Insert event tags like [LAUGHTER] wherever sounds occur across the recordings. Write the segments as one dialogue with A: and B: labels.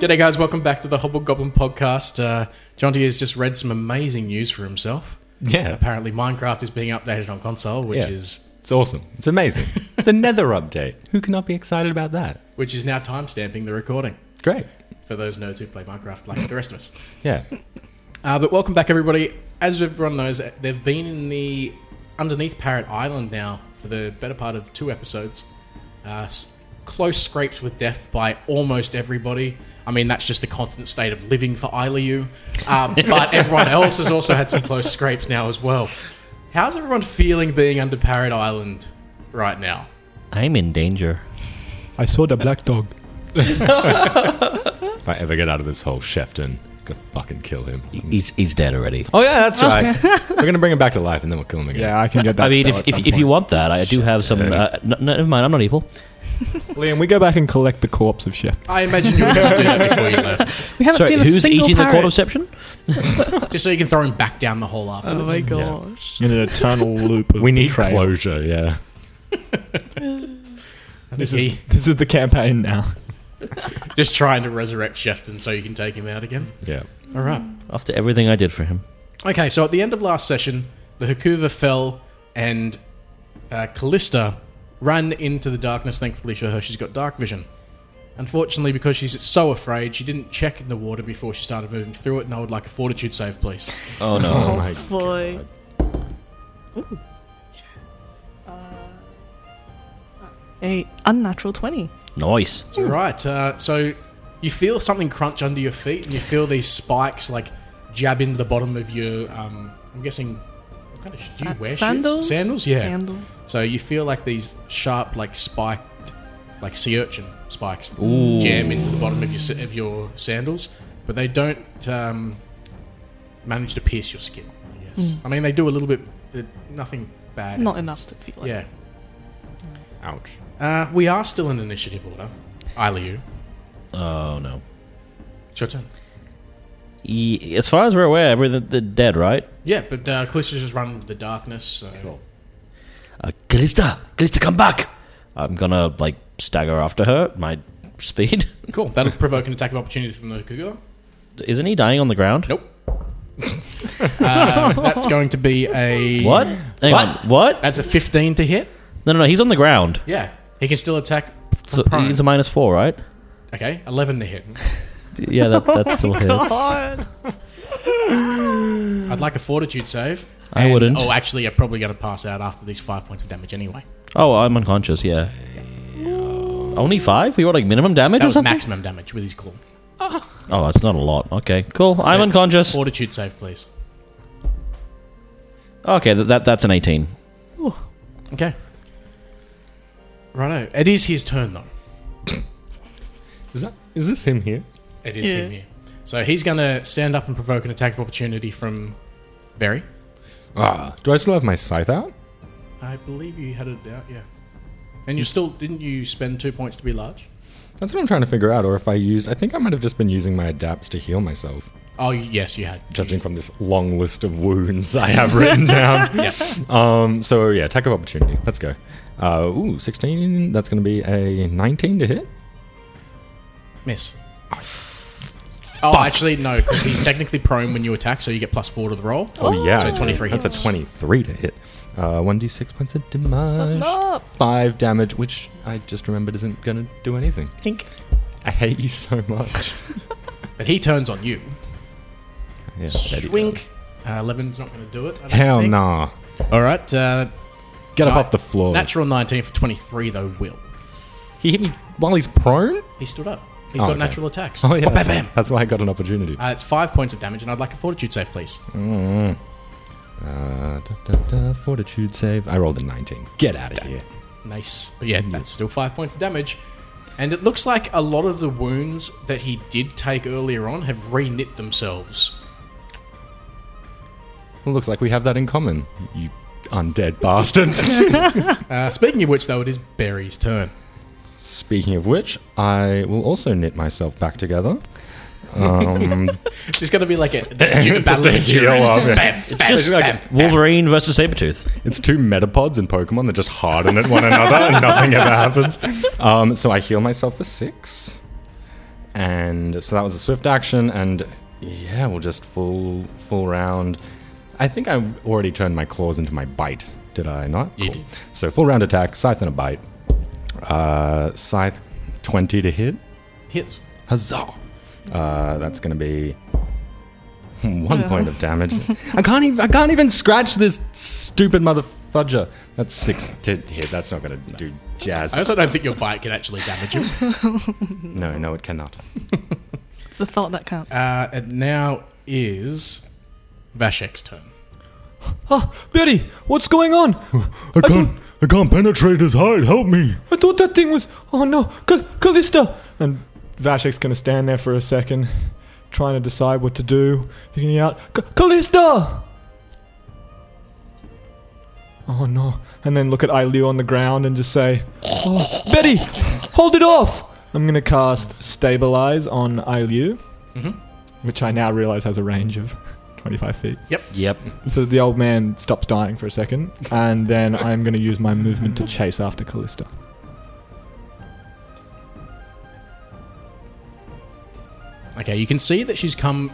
A: G'day, guys. Welcome back to the Hobble Goblin podcast. Uh, John has just read some amazing news for himself.
B: Yeah,
A: Apparently, Minecraft is being updated on console, which
B: Yeah.
A: is
B: it's awesome. It's [LAUGHS] amazing. the Nether update. Who cannot be excited about that?
A: which is now timestamping the recording
B: Great.
A: for those nerds who play Minecraft like the rest of us.
B: Yeah.
A: Uh, but welcome back, everybody. As everyone knows, they've been in the underneath Parrot Island now for the better part of two episodes. Uh, s- close scrapes with death by almost everybody. I mean, that's just the constant state of living for ILU.
C: [LAUGHS]
A: Uh, but everyone else has also had some close scrapes now as well. How's everyone feeling being under Parrot Island right now?
D: I'm in danger.
C: I saw the black dog.
B: If I ever get out of this hole, Shefton, I'm gonna fucking kill him.
D: He's, he's dead already.
B: Oh yeah, that's [LAUGHS] right. We're gonna bring him back to life, and then we'll kill him again.
C: Yeah, I can get that.
D: I mean,
C: spell
D: if,
C: at
D: if,
C: some
D: if you
C: point.
D: want that, I do have some. Uh, n- n- never mind, I'm not evil.
C: Liam, we go back and collect the corpse of Chef.
A: I imagine you were going to do that before you left,
E: We haven't
D: Sorry,
E: seen a
D: who's
E: single
D: eating
E: parrot.
D: the quadriception?
A: just so you can throw him back down the hole afterwards.
E: Oh my gosh!
C: In an eternal loop. Of
B: We need
C: betrayal.
B: closure. Yeah.
C: This
A: He-
C: is this is the campaign now.
A: [LAUGHS] Just trying to resurrect Shefton so you can take him out again.
B: Yeah.
A: All right.
D: After everything I did for him.
A: Okay, so at the end of last session, the Hakuva fell and uh, Callista ran into the darkness. Thankfully for her, she's got dark vision. Unfortunately, because she's so afraid, she didn't check in the water before she started moving through it, and I would like a fortitude save, please.
D: Oh no.
B: Oh my
E: boy.
B: God.
E: Uh, A unnatural twenty.
D: [LAUGHS] Nice.
A: It's all right. Uh, so you feel something crunch under your feet, and you feel these spikes like jab into the bottom of your, um, I'm guessing, what kind of shoes do you
E: Sa-
A: wear? shoes?
E: sandals?
A: Sandals, yeah.
E: Sandals.
A: So you feel like these sharp, like spiked, like sea urchin spikes
D: Ooh.
A: jam into the bottom of your sa- of your sandals, but they don't um, manage to pierce your skin. I guess. I mean, they do a little bit, but nothing bad.
E: Mm. Not
A: happens.
E: enough to feel. Like.
A: yeah.
B: Ouch.
A: Uh, we are still in initiative order. Iliu,
D: Oh no.
A: it's your turn.
D: Ye- as far as we're aware, we're the, the dead, right?
A: Yeah, but uh, Callista's just run into the darkness. So.
D: Uh, Callista! Callista, come back! I'm gonna, like, stagger after her, at my speed. [LAUGHS]
A: Cool. That'll provoke an attack of opportunity from the Kugor.
D: Isn't he dying on the ground?
A: Nope. [LAUGHS] uh, that's going to be a
D: What? Hang
A: What?
D: on. What?
A: That's a fifteen to hit.
D: No, no, no, he's on the ground.
A: Yeah, he can still attack. From
D: So
A: prone.
D: he's a minus four, right?
A: okay, eleven to hit.
D: Yeah, that, that [LAUGHS] still hits.
E: God.
A: I'd like a fortitude save.
D: I
A: And-
D: wouldn't.
A: Oh, actually, I'm probably going to pass out after these five points of damage anyway.
D: Oh, I'm unconscious. Yeah. Only five? We were like minimum damage
A: That
D: or
A: was
D: something.
A: maximum damage with his claw.
D: Oh, that's not a lot. Okay, cool. I'm
A: Yeah.
D: unconscious.
A: Fortitude save, please.
D: Okay, th- that that's an eighteen.
A: Okay. Righto. It is his turn [COUGHS] though.
B: Is that? Is this him here?
A: It is
E: Yeah.
A: him here. So he's going to stand up and provoke an attack of opportunity from Barry.
B: Ah. Do I still have my scythe out?
A: I believe you had it out, yeah. And you still didn't you spend two points to be large?
B: That's what I'm trying to figure out. Or if I used, I think I might have just been using my adapts to heal myself.
A: Oh y- yes, you had.
B: judging from this long list of wounds I have written [LAUGHS] down. Um, so yeah, attack of opportunity. Let's go. Uh, ooh, 16. That's going to be a 19 to hit.
A: Miss. Oh, actually no, because he's technically prone when you attack, so you get plus four to the roll.
B: Oh, yeah.
A: So 23
B: That's
A: hits.
B: a 23 to hit. Uh, 1d6 points of damage.
E: Enough.
B: 5 damage, which I just remembered isn't going to do anything.
A: Tink.
B: I hate you so [LAUGHS] much.
A: But he turns on you.
B: yeah, there you go.
A: Wink. Uh, Eleven's not going to do it. I don't
B: Hell
A: think.
B: nah.
A: All right. Uh,
B: Get up
A: Nah.
B: off the floor.
A: natural nineteen for twenty-three though. Will
B: He hit me while he's prone?
A: he stood up? He's
B: Oh,
A: got
B: okay.
A: natural attacks.
B: [LAUGHS] Oh, yeah.
A: Bam,
B: That's,
A: bam.
B: that's why I got an opportunity.
A: Uh, it's five points of damage, and I'd like a fortitude save, please.
B: Uh, da, da, da, fortitude save. I rolled a 19. Get out of here.
A: Nice. But yeah, that's still five points of damage. And it looks like a lot of the wounds that he did take earlier on have re knit themselves.
B: Well, looks like we have that in common. You undead bastard.
A: Uh, speaking of which, though, it is Barry's turn.
B: [LAUGHS] Speaking of which, I will also knit myself back together. Um, [LAUGHS]
A: It's just going to be like a, a battle of
B: a heal
A: endurance.
B: up.
A: Just bam, bam,
D: Just
A: bam.
D: Wolverine versus Sabretooth.
B: it's two metapods in Pokemon that just harden at one another and nothing ever happens. Um, so I heal myself for six. and so that was a swift action, and yeah, we'll just full full round. I think I already turned my claws into my bite. Did I not?
A: You did.
B: So full round attack, scythe and a bite. Uh, scythe, twenty to hit.
A: Hits.
B: Huzzah! Uh, that's going to be [LAUGHS] one point of damage. I can't even. I can't even scratch this stupid mother fudger. That's six to hit. That's not going to do jazz.
A: I also don't think your bite can actually damage you.
B: No, no, it cannot.
E: It's the thought that counts.
A: Uh, and now is Vashek's turn.
C: Ah, Betty, what's going on?
B: I
C: can't-
B: I can't penetrate his hide. Help me!
C: I thought that thing was. Oh no, Cal- Callista! And Vashek's gonna stand there for a second, trying to decide what to do. He's gonna yell, "Ca- Callista! Oh no. And then look at Aileu on the ground and just say, oh, Betty, hold it off! I'm gonna cast Stabilize on Aileu,
A: Mhm.
C: which I now realize has a range of 25 feet.
D: Yep.
C: So the old man stops dying for a second, and then I'm going to use my movement to chase after Callista.
A: Okay, you can see that she's come.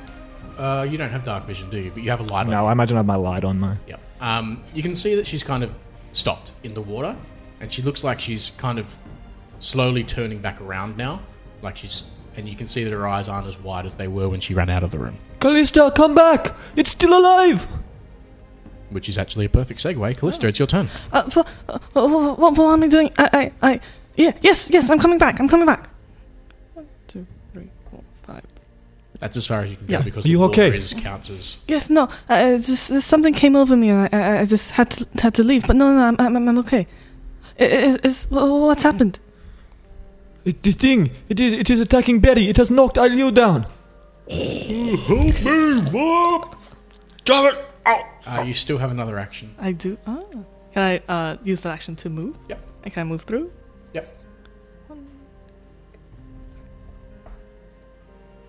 A: Uh, you don't have dark vision, do you? But you have a light. on.
C: No, I imagine I have my light on though.
A: Yep. Um, you can see that she's kind of stopped in the water, and she looks like she's kind of slowly turning back around now. Like she's, and you can see that her eyes aren't as wide as they were when she ran out of the room,
C: Callista, come back! It's still alive!
A: which is actually a perfect segue. Callista, it's your turn.
E: Uh, wha- uh, wha- wha- what, what am I doing? I, I, I, yeah, yes, yes, I'm coming back. I'm coming back. One, two, three, four, five.
A: That's as far as you can
E: Yeah.
A: go because
C: Are you
A: the water
C: okay?
A: is counts as.
E: Yes, no, uh, uh, just uh, something came over me, and I, I, I just had to, had to leave. But no, no, I'm, I'm, I'm okay. I- I- is- wha- wha- what's happened?
C: It, the thing, it is, it is attacking Betty. It has knocked Aileu down.
A: Uh, you still have another action.
E: I do. Oh. Can I uh, use that action to move?
A: Yep.
E: I can I move through?
A: Yep.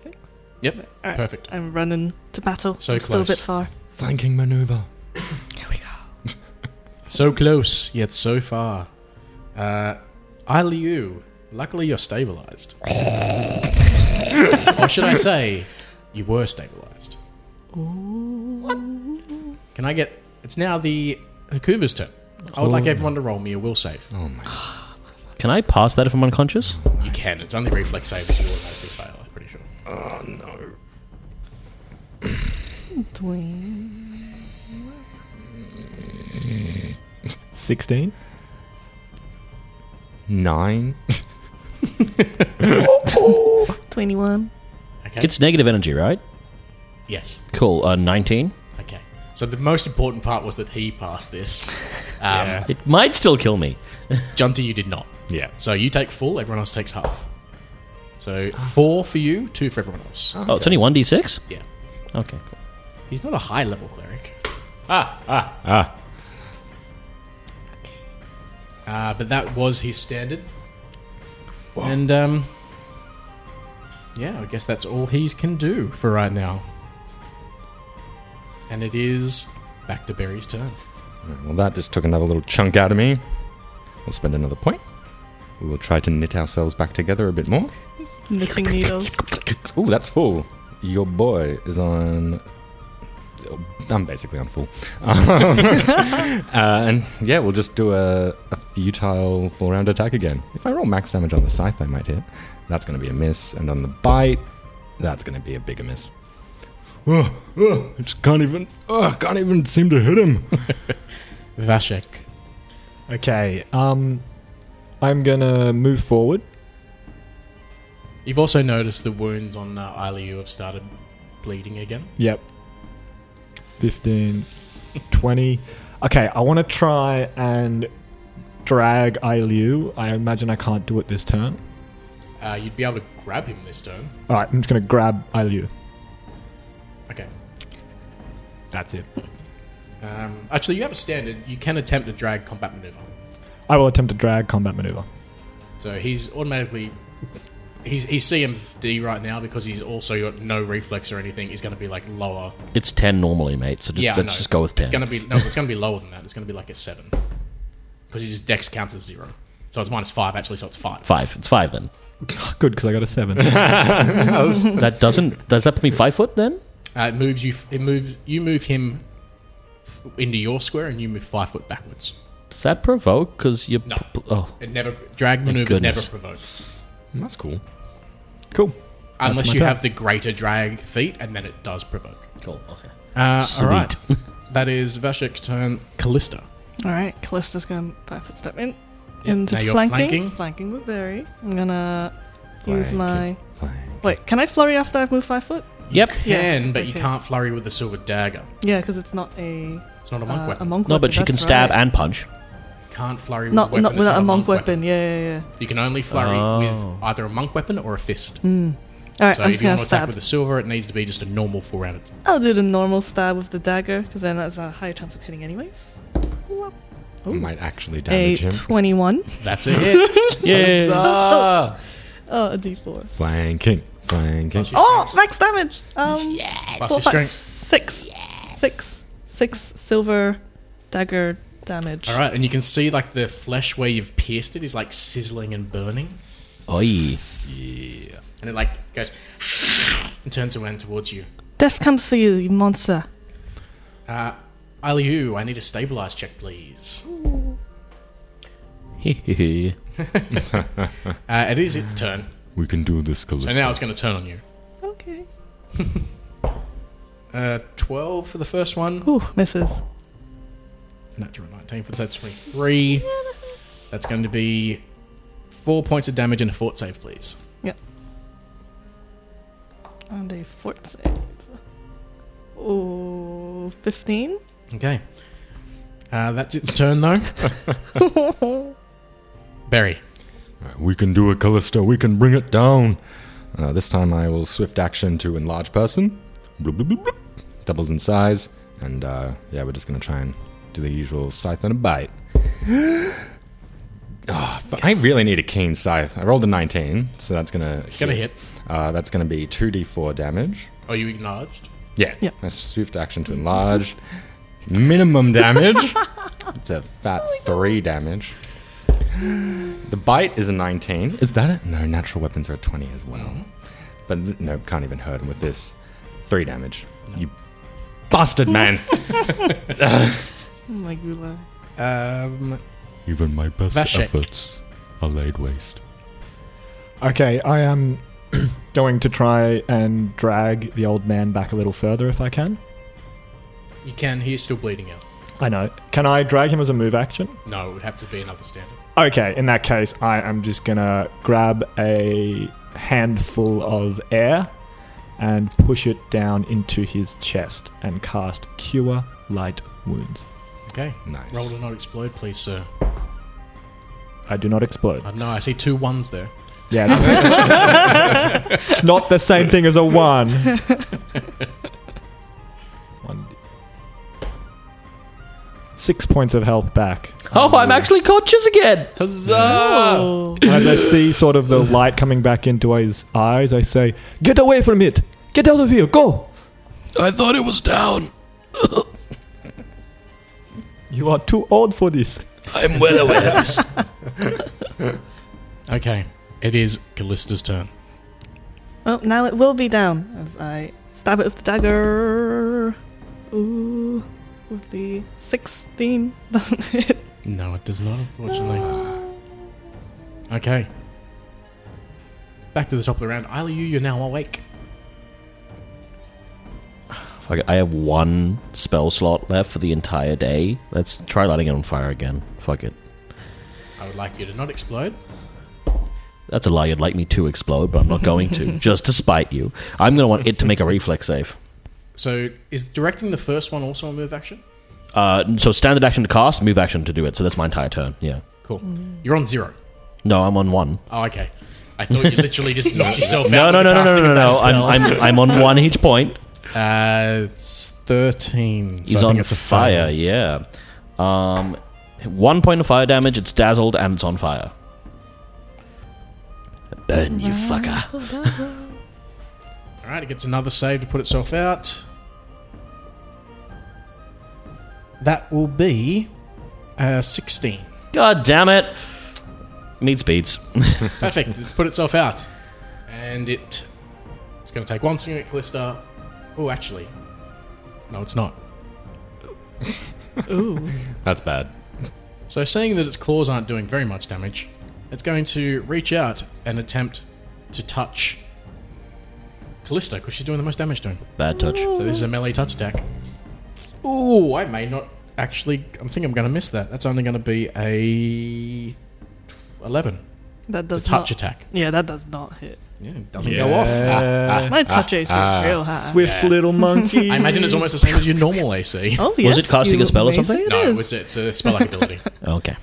E: Six.
A: Yep.
E: All right.
A: Perfect.
E: I'm running to battle.
A: So
E: I'm Still a
A: close.
E: bit far.
B: Flanking maneuver.
E: Here we go.
A: So close, yet so far. Uh, Iliu, luckily you're stabilized. or should I say, you were stabilized. What? Can I get. It's now the Hakuva's turn. I would like everyone to roll me a will save.
B: Oh my!
D: Can I pass that if I'm unconscious?
A: You can. It's only reflex saves you automatically fail, I'm pretty sure.
E: Doing.
C: 16?
B: Nine.
E: 21.
A: Okay.
D: It's negative energy, right?
A: yes.
D: Cool. Uh, 19.
A: Okay. So the most important part was that he passed this. Um,
D: It might still kill me.
A: Junty, you did not.
B: Yeah.
A: So you take full, everyone else takes half. So four for you, two for everyone else.
D: Oh, it's only 1d6?
A: Yeah.
D: Okay, cool.
A: He's not a high level cleric.
B: Ah.
A: Uh, but that was his standard. And, um, yeah, I guess that's all he can do for right now. And it is back to Barry's turn.
B: Well, that just took another little chunk out of me. We'll spend another point. We will try to knit ourselves back together a bit more.
E: Knitting needles.
B: Ooh, that's full. Your boy is on. I'm basically on full. [LAUGHS] Um, Uh, and yeah, we'll just do a, a futile full round attack again. If I roll max damage on the scythe, I might hit. That's going to be a miss. And on the bite, that's going to be a bigger miss.
F: Uh,
B: Oh, oh, I just can't even. Oh, can't even seem to hit him.
A: Vashek.
C: Okay, um, I'm gonna move forward.
A: You've also noticed the wounds on uh, Iliu have started bleeding again.
C: Yep. [LAUGHS] 15, 20. Okay, I want to try and drag Aileu. I imagine I can't do it this turn.
A: Uh, you'd be able to grab him this turn.
C: Alright, I'm just gonna grab Aileu.
A: Okay.
C: That's it.
A: Um, actually, you have a standard. You can attempt a drag combat maneuver.
C: I will attempt to drag combat maneuver.
A: So he's automatically. He's, he's CMD right now because he's also got no reflex or anything. He's going to be like lower.
D: It's 10 normally, mate, so just,
A: yeah, I
D: let's
A: know.
D: just go with 10.
A: It's going to be no. It's going to be lower than that. It's going to be like a seven because his dex counts as zero. So it's minus five actually. So it's five. [LAUGHS]
D: Five. It's five then.
C: Good, because I got a seven. [LAUGHS]
D: That doesn't. Does that put me five foot then?
A: Uh, it moves you. It moves you. Move him f- into your square, and you move five foot backwards.
D: Does that provoke? Because you.
A: No.
D: p- oh,
A: It never drag maneuvers never
D: goodness.
A: provoked
B: That's cool.
C: cool.
A: unless
C: my
A: you
C: turn.
A: have the greater drag feat, and then it does provoke.
D: cool. Okay.
A: Uh, all right, that is Vashek's turn. Callista.
E: All right, Callista's going to five foot step in
A: Yeah,
E: into
A: now you're
E: flanking.
A: flanking.
E: with Barry. I'm gonna use
B: Flanking.
E: my.
B: Fine.
E: Wait, can I flurry after I've moved five foot?
D: Yep.
A: Can,
E: Yes,
A: but you
E: okay.
A: can't flurry with the silver dagger.
E: Yeah, because it's not a
A: It's not a monk
E: uh, a
A: weapon.
E: monk
D: No,
E: weapon.
D: but she can
E: that's
D: stab
E: right.
D: and punch.
A: Can't flurry with
E: Not
A: a weapon.
E: not
A: that's
E: without
A: not
E: a monk weapon. Yeah, yeah, yeah.
A: You can only flurry
D: Oh.
A: with either a monk weapon or a fist.
E: All right,
A: so
E: I'm
A: if
E: just
A: you
E: gonna
A: want to attack
E: stab.
A: with a silver, it needs to be just a normal full rounded.
E: I'll do the normal stab with the dagger because then that's a higher chance of hitting, anyways.
B: Might actually
E: A
B: damage him.
E: twenty-one. [LAUGHS]
A: That's a hit.
D: [LAUGHS] Yeah.
C: Ah,
E: Oh, a d4.
B: Flanking. Flanking.
A: Plus your
E: Oh,
A: strength.
E: max damage. Um,
A: Plus
E: four,
A: your
E: five,
A: strength.
E: six, six, six silver dagger damage.
A: All right, and you can see like the flesh where you've pierced it is like sizzling and burning,
D: [LAUGHS] Oi.
A: and it like goes [LAUGHS] and turns around towards you.
E: Death comes for you, you monster.
A: Uh, Aliu, I need a stabilize check, please.
D: Hee
A: Uh, it is its turn,
B: We can do this, Callista.
A: so now it's going to turn on you.
E: Okay.
A: Uh, Twelve for the first one,
E: Ooh, misses.
A: natural nineteen for the that's three. Three. That's going to be four points of damage and a fort save, please.
E: Yep. And a fort save. Ooh, [LAUGHS] 15.
A: Okay, uh, that's its turn though.
E: Oh
A: Barry.
B: We can do it, Callista. We can bring it down. Uh, this time I will swift action to enlarge person. Bloop, bloop, bloop, bloop. Doubles in size. And uh, yeah, we're just going to try and do the usual scythe and a bite. [GASPS] Ah, fu- I really need a keen scythe. I rolled a 19, so that's going to. It's
A: gonna hit.
B: Uh, that's going to be 2d4 damage.
A: Are you acknowledged?
B: Yeah.
E: Yeah.
B: That's swift action to enlarge. Minimum [LAUGHS] damage. it's a fat three damage. The bite is a 19. Is that it? Mm-hmm. No, natural weapons are a 20 as well. But th- no, can't even hurt him with this. Three damage. You bastard man. [LAUGHS]
E: Oh my gula.
A: Um,
F: Even my best
A: Vashek.
F: efforts are laid waste.
C: okay, I am [CLEARS THROAT] going to try and drag the old man back a little further if I can.
A: you can. He's still bleeding out.
C: I know. Can I drag him as a move action?
A: No, it would have to be another standard.
C: Okay, in that case, I am just gonna grab a handful of air and push it down into his chest and cast Cure Light Wounds.
A: Okay.
B: nice.
A: Roll to not explode, please, sir.
C: I do not explode.
A: Uh, no, I see two ones there.
C: Yeah, that's- [LAUGHS] it's not the same thing as a one. one d- Six points of health back.
D: Oh, I'm actually conscious again.
A: Ah.
D: Huzzah!
E: Oh.
C: As I see sort of the light coming back into his eyes, I say, "Get away from it! Get out of here! Go!"
D: I thought it was down.
C: [LAUGHS] You are too old for this.
D: I'm well aware of this.
A: Okay. It is Callista's turn.
E: Well, now it will be down as I stab it with the dagger. Ooh, with the 16 doesn't [LAUGHS] hit.
A: No, it does not, unfortunately. Okay. Back to the top of the round. Isla, you, you're now awake.
D: Fuck it, I have one spell slot left for the entire day. Let's try lighting it on fire again. Fuck it.
A: I would like you to not explode.
D: That's a lie. You'd like me to explode, but I'm not going to, [LAUGHS] just to spite you. I'm going to want it to make a reflex save.
A: So, is directing the first one also a move action?
D: Uh, so standard action to cast, move action to do it. So that's my entire turn. Yeah.
A: Cool.
D: Mm.
A: You're on zero.
D: No, I'm on one.
A: Oh, okay. I thought you literally [LAUGHS] just knocked yourself out.
D: No, no,
A: with the
D: no,
A: casting
D: no, no, no,
A: of
D: no, no.
A: that
D: I'm,
A: spell.
D: I'm, I'm on [LAUGHS] one each point.
A: Uh, it's 13.
D: He's
A: so I
D: on
A: think it's a
D: fire.
A: fail.
D: Yeah. Um, one point of fire damage. It's dazzled and it's on fire. Burn you fucker.
A: All right, it gets another save to put itself out. That will be uh, 16.
D: God damn it. needs beads.
A: Perfect. It's put itself out. And it it's going to take one swing at Callista. Oh, actually. No, it's not.
E: Ooh.
B: That's bad.
A: So, seeing that its claws aren't doing very much damage, it's going to reach out and attempt to touch Callista because she's doing the most damage to him.
D: Bad touch.
A: So, this is a melee touch attack. Ooh, I may not actually. I think I'm going to miss that. That's only going to be a 11.
E: That
A: It's
E: does
A: a touch
E: not.
A: attack.
E: Yeah, that does not hit.
A: Yeah, it doesn't go off.
E: My touch AC
B: ah.
E: is real high.
C: Uh, Swift little
A: [LAUGHS]
C: monkey.
A: I imagine it's almost the same as your normal [LAUGHS] AC.
E: Oh, yes,
D: Was it casting
E: you
D: a spell or
E: may
D: something?
E: say it
A: no, it's,
E: is.
A: it's a spell like [LAUGHS] ability.
D: Okay.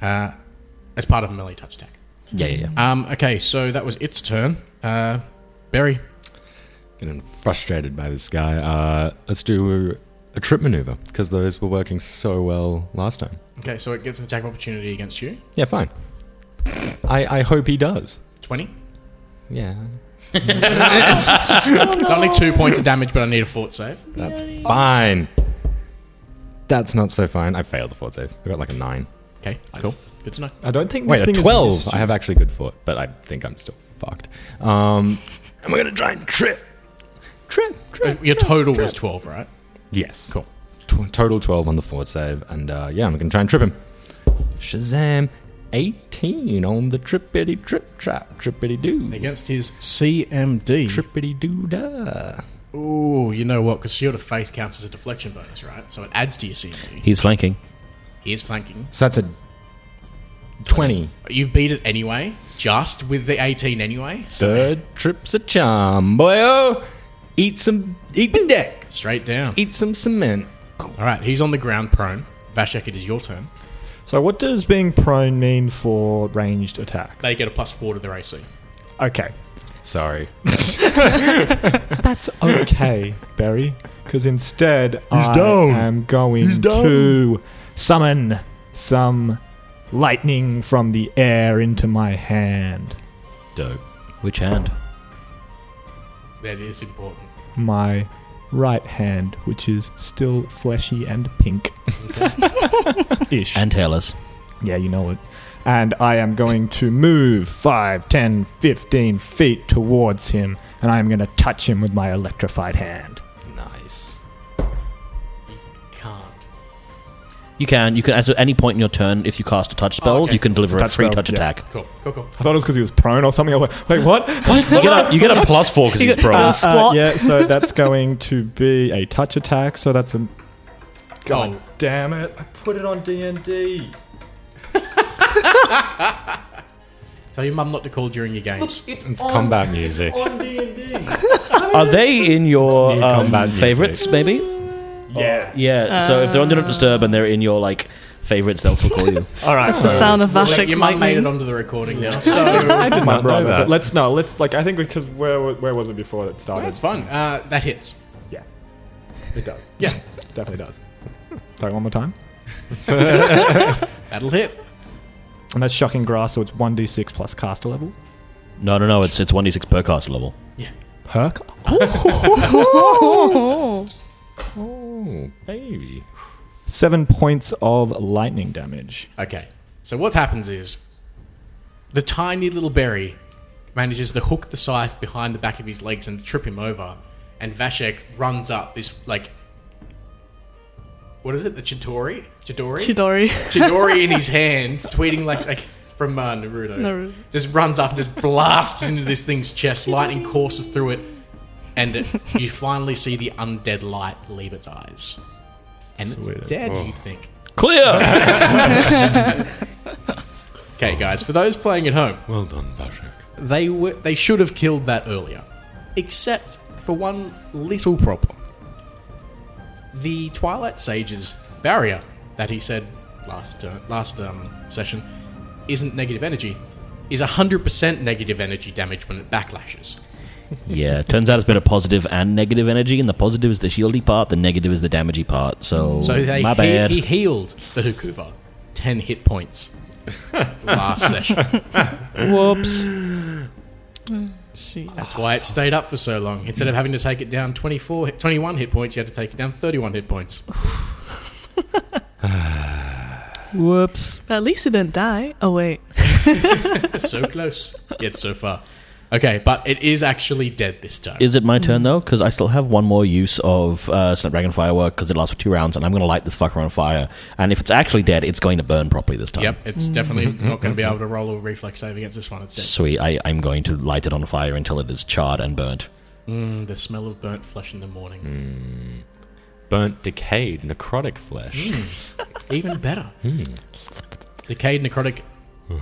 A: Uh, as part of a melee touch attack.
D: Yeah, yeah, yeah.
A: Um, okay, so that was its turn. Uh, Barry,
B: Getting frustrated by this guy. Uh, let's do a trip maneuver because those were working so well last time.
A: Okay, so it gets an attack of opportunity against you.
B: Yeah, fine. I, I hope he does.
A: 20.
B: Yeah,
A: It's only two points of damage, but I need a fort save.
B: that's fine. That's not so fine. I failed the fort save. I got like a nine.
A: Okay, cool. Good to know.
C: I don't think this
B: Wait, a
C: thing is
B: twelve.
C: missed.
B: I have actually good fort, but I think I'm still fucked. Um, and we're gonna try and trip, trip,
A: Uh,
B: trip.
A: Your total was 12, right?
B: Yes,
A: Cool.
B: Tw- total twelve on the fort save, and uh, yeah, I'm gonna try and trip him. Shazam! Eighteen on the trippity trip trap, trippity doo,
A: Against his CMD.
B: trippity doo da.
A: Ooh, you know what? Because Shield of Faith counts as a deflection bonus, right? So it adds to your CMD.
D: He's flanking.
A: He's flanking.
B: So that's a twenty.
A: You beat it anyway, just with the 18 anyway. So
B: Third trip's a charm, boyo. Eat some, eat the deck.
A: straight down.
B: Eat some cement.
A: All right, he's on the ground prone. Vashek, it is your turn.
C: So, what does being prone mean for ranged attacks?
A: They get a plus four to their AC.
C: okay,
B: Sorry,
C: that's okay, Barry. Because instead, I
F: down.
C: am going
F: He's down.
C: to summon some lightning from the air into my hand,
B: dope.
D: Which hand?
A: That is important.
C: my right hand, which is still fleshy and pink. Ish.
D: And tailors.
C: Yeah, you know it. And I am going to move 5, 10, 15 feet towards him, and I am going to touch him with my electrified hand.
B: Nice.
A: Can't.
D: You can. You can. At any point in your turn, if you cast a touch spell,
A: okay.
D: you can deliver a
C: touch
D: free
C: spell,
D: touch
C: yeah.
D: attack.
A: Cool, cool, cool.
C: I thought it was because he was prone or something. I was like, [LAUGHS] what?
D: You get, a, you get a plus four
C: [LAUGHS]
D: because he's pro.
C: Uh,
E: Squat.
C: yeah, [LAUGHS] so that's going to be a touch attack, so that's a... God
A: Oh.
C: damn it. I put it on D&D.
A: Tell your mum not to call during your games.
B: It's combat music.
C: On [LAUGHS] D&D.
D: Are they in your
B: Sneak
D: um,
B: combat music.
D: favorites? Maybe.
C: yeah.
D: Yeah. so if they're on
A: Um.
D: Do Not Disturb and they're in your like favorites, they'll
A: [LAUGHS]
D: still call you.
C: All right.
E: the sound of
A: Well,
E: Vashek's
A: your mum made it
E: lightning.
A: onto the recording now, [LAUGHS] so
C: I did
B: not
C: my
B: know
C: brother,
B: that.
C: but let's no, let's like I think because where where was it before it started?
A: that's fun. Uh, that hits.
C: Yeah, it does.
A: Yeah,
C: Definitely does. Sorry, one more time.
A: that'll hit.
C: And that's shocking grass, so it's one d six plus caster level.
D: No, no, no. It's it's one d six per cast level.
A: Yeah.
C: Perk. [GASPS]
E: Oh.
B: Oh, baby.
C: Seven points of lightning damage.
A: Okay. So what happens is the tiny little berry manages to hook the scythe behind the back of his legs and trip him over, and Vashek runs up this like. What is it? The Chidori? Chidori?
E: Chidori.
A: Chidori in his hand, tweeting like like from uh, Naruto.
E: Naruto.
A: Just runs up and just blasts into this thing's chest. Lightning courses through it, and it, you finally see the undead light leave its eyes. And
C: Sweet.
A: it's dead, you think.
D: Clear.
A: Okay, guys, for those playing at home,
F: Well done, Vashek.
A: they were they should have killed that earlier, except for one little problem. The Twilight Sage's barrier that he said last uh, last um, session isn't negative energy, is hundred percent negative energy damage when it backlashes.
D: [LAUGHS] yeah. Turns out it's been a positive and negative energy, and the positive is the shieldy part, the negative is the damagey part. So,
A: So they
D: my
A: he,
D: bad.
A: he healed the Hukuva ten hit
D: [LAUGHS]
A: points last session.
D: Whoops.
E: She-
A: That's why it stayed up for so long. Instead of having to take it down 24, hit-
D: [LAUGHS]
A: 21 hit points, you had to take it down thirty one hit points.
D: Whoops.
E: But [LAUGHS] at least he didn't die. Oh wait.
A: so close, yet so far. Okay, but it is actually dead this time.
D: Is it my turn though? Because I still have one more use of uh, Snapdragon Firework because it lasts for two rounds, and I'm going to light this fucker on fire. And if it's actually dead, it's going to burn properly this time.
A: Yep, it's definitely
D: Mm-hmm.
A: not going to be able to roll a reflex save against this one. It's dead.
D: Sweet. I, I'm going to light it on fire until it is charred and burnt.
A: Mm, the smell of burnt flesh in the morning.
B: Burnt, decayed, necrotic flesh.
D: Mm.
A: Even better.
D: Hmm.
A: Decayed necrotic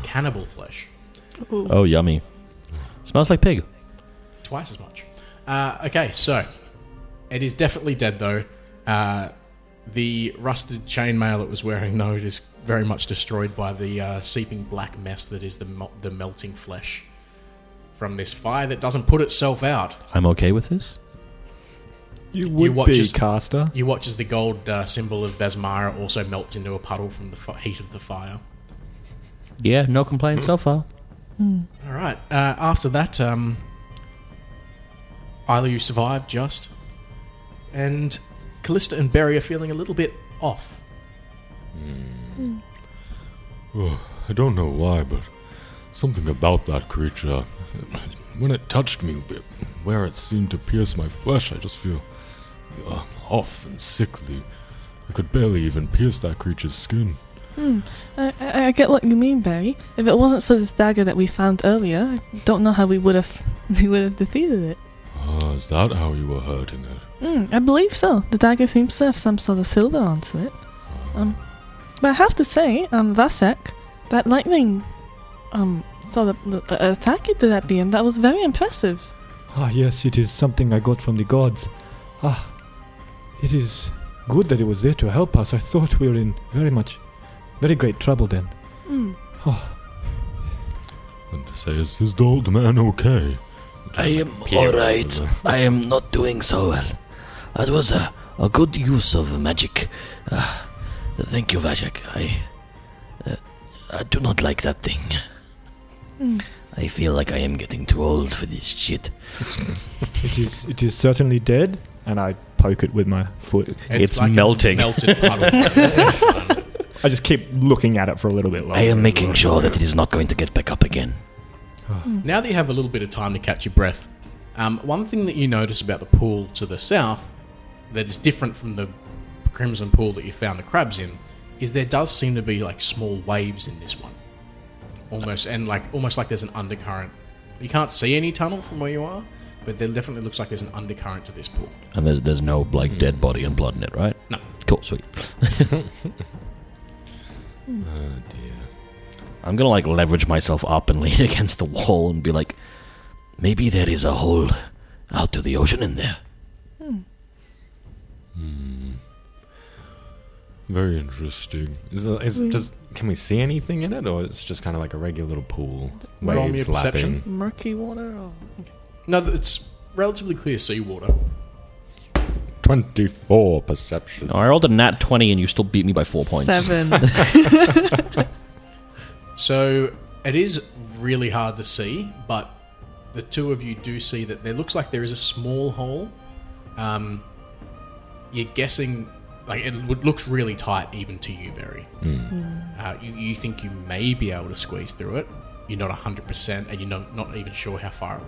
A: cannibal flesh.
E: Ooh.
D: Oh, yummy. Smells like pig.
A: Twice as much. Uh, okay, so it is definitely dead though. Uh, the rusted chainmail it was wearing, [LAUGHS] though, it is very much destroyed by the uh, seeping black mess that is the, mel- the melting flesh from this fire that doesn't put itself out.
D: I'm okay with this.
C: You would
A: watch
C: be
A: as-
C: caster.
A: You watch as the gold uh, symbol of Basmara also melts into a puddle from the f- heat of the fire.
D: Yeah, no complaints so far.
A: All right. Uh, after that, um, Isla, you survived just, and Callista and Barry are feeling a little bit off.
F: Oh, I don't know why, but something about that creature. When it touched me, where it seemed to pierce my flesh, I just feel uh, off and sickly. I could barely even pierce that creature's skin.
E: I, I, I get what you mean, Barry. If it wasn't for this dagger that we found earlier, I don't know how we would have [LAUGHS] we would have defeated it.
F: Ah, is that how you were hurting it?
E: Mm, I believe so. The dagger seems to have some sort of silver onto it.
F: Ah.
E: Um, but I have to say, um, Vasek, that lightning, um, sort of uh, attack you did at the end, that was very impressive.
C: Ah, yes, it is something I got from the gods. Ah, it is good that it was there to help us. I thought we were in very much, very great trouble then.
E: Mm.
F: And say, is, is the old man okay?
G: I am
B: Peter,
G: alright.
B: uh,
G: I am not doing so well. That was a, a good use of magic. Uh, thank you, Vajak. I, uh, I do not like that thing.
E: Mm.
G: I feel like I am getting too old for this shit.
C: It is, it is certainly dead, and I poke it with my foot.
D: It's melting.
A: A
D: [LAUGHS]
A: melted puddle. It's fun.
C: I just keep looking at it for a little bit longer.
G: I am making sure that it is not going to get back up again.
A: [LAUGHS] now that you have a little bit of time to catch your breath, um, one thing that you notice about the pool to the south that is different from the crimson pool that you found the crabs in is there does seem to be like small waves in this one, almost and like almost like there's an undercurrent. You can't see any tunnel from where you are, but there definitely looks like there's an undercurrent to this pool.
D: And there's there's no like
C: Hmm.
D: dead body and blood in it, right?
A: No.
D: Cool,
C: [LAUGHS]
D: sweet.
F: Oh dear.
D: I'm gonna like leverage myself up and lean [LAUGHS] against the wall and be like,
G: Maybe there is a hole out to the ocean in there.
F: Very interesting.
B: Is, it- is does, can we see anything in it, or it's just kind of like a regular little pool?
A: Roll me a
B: Waves
A: perception.
B: lapping.
E: Murky water? Or... Okay.
A: No, it's relatively clear seawater.
B: Twenty-four perception.
D: no, I rolled a nat twenty and you still beat me by four points. [LAUGHS]
E: Seven.
A: So it is really hard to see, but the two of you do see that there looks like there is a small hole. Um, you're guessing, like it would- looks really tight even to you, Barry. Uh, you, you think you may be able to squeeze through it. You're not 100%, and you're not, not even sure how far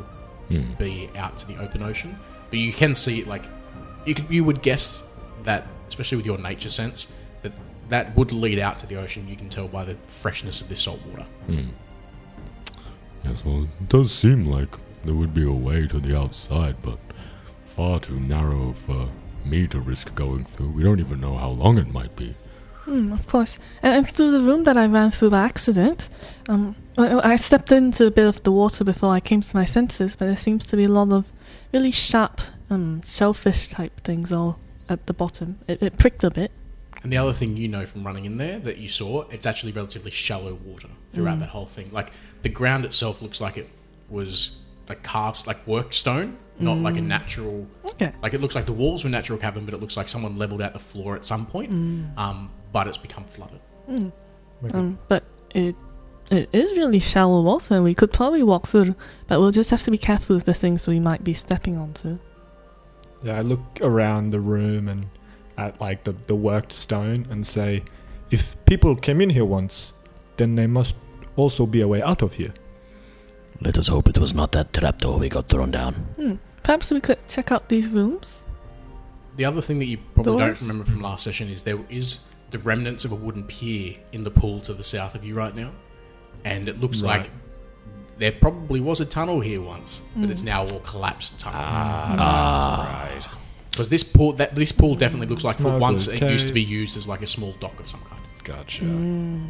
A: it would be out to the open ocean. But you can see, like, you, could, you would guess that, especially with your nature sense, that that would lead out to the ocean. You can tell by the freshness of this salt water.
F: Yes, well, it does seem like there would be a way to the outside, but far too narrow for me to risk going through. We don't even know how long it might be.
E: Mm, of course. And it's through the room that I ran through by accident. Um, I, I stepped into a bit of the water before I came to my senses, but there seems to be a lot of really sharp um, shellfish type things all at the bottom. It, it pricked a bit.
A: And the other thing you know from running in there that you saw, it's actually relatively shallow water throughout that whole thing. Like the ground itself looks like it was like carved like work stone, not like a natural.
E: Okay.
A: Like it looks like the walls were natural cavern, but it looks like someone leveled out the floor at some point. Um, but it's become flooded.
E: Um, but it it is really shallow water, and we could probably walk through, but we'll just have to be careful with the things we might be stepping onto.
C: Yeah, I look around the room and at like the, the worked stone and say, If people came in here once, then there must also be a way out of here.
G: Let us hope it was not that trapdoor we got thrown down.
E: Hmm. Perhaps we could check out these rooms.
A: The other thing that you probably don't
E: Doors?
A: remember from last session is there is the remnants of a wooden pier in the pool to the south of you right now, and it looks
C: Right.
A: like there probably was a tunnel here once, but
C: Mm.
A: it's now all collapsed tunnel.
B: Ah,
A: Because this pool, that this pool definitely looks like for
C: Smuggled
A: once it used to
C: cave.
A: be used as like a small dock of some kind.
F: Gotcha. Hmm.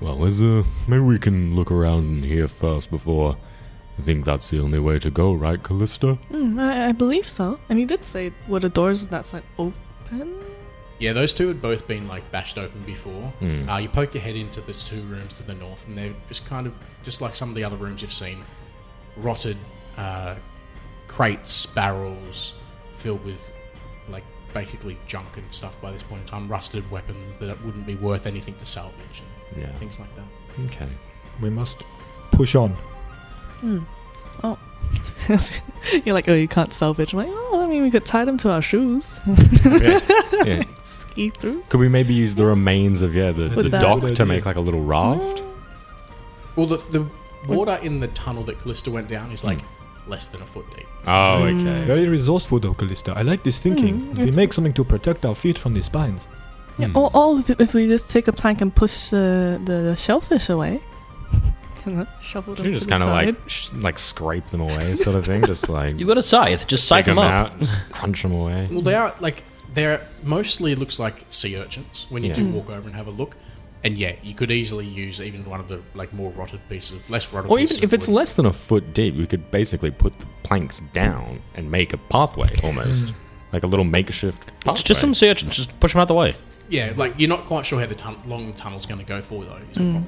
F: Well, is uh, maybe we can look around here first before. I think that's the only way to go, right, Callista?
E: Hmm, I, I believe so. And he did say were the doors on that side open?
A: Yeah, those two had both been like bashed open before.
F: Hmm.
A: Uh, you poke your head into the two rooms to the north, and they're just kind of just like some of the other rooms you've seen, rotted uh, crates, barrels filled with like basically junk and stuff. By this point in time, rusted weapons that wouldn't be worth anything to salvage,
F: Yeah.
A: and things like that.
F: [LAUGHS] Okay.
C: We must push on.
E: Hmm. Oh. [LAUGHS] You're like, oh, you can't salvage. I'm like, oh, I mean, we could tie them to our shoes,
B: right. Yeah. yeah.
E: ski through.
B: Could we maybe use the remains of yeah the,
C: With
B: the
E: that-
B: dock
C: Good
B: to
C: idea.
B: make like a little raft?
A: Well, the, the water in the tunnel that Callista went down is like
F: Hmm.
A: less than a foot deep.
B: Oh, okay.
C: Very resourceful, though, Callista. I like this thinking.
E: Mm,
C: we
E: it's-
C: make something to protect our feet from these vines.
E: Yeah,
B: Hmm.
E: or, or if- if we just take a plank and push uh, the shellfish away, [LAUGHS] kind of shovel
B: Should
E: them
B: we
E: to
B: just
E: the
B: kind of like
E: side.
B: sh- like scrape them away, sort of thing? Just like [LAUGHS]
G: You got a scythe, just
B: dig
G: scythe them up.
B: out, just crunch them away.
A: Well, they are like they're mostly looks like sea urchins when you
B: Yeah.
A: do
E: Mm.
A: walk over and have a look. And yeah, you could easily use even one of the like more rotted pieces, of, less rotted.
B: Or
A: pieces
B: even if
A: of
B: it's
A: wood.
B: less than a foot deep, we could basically put the planks down and make a pathway [SIGHS] almost, like a little makeshift. Pathway.
D: It's just some sea urchins. Just push them out the way.
A: yeah, like you're not quite sure how the tun- long the tunnel's going to go for though. Is the problem.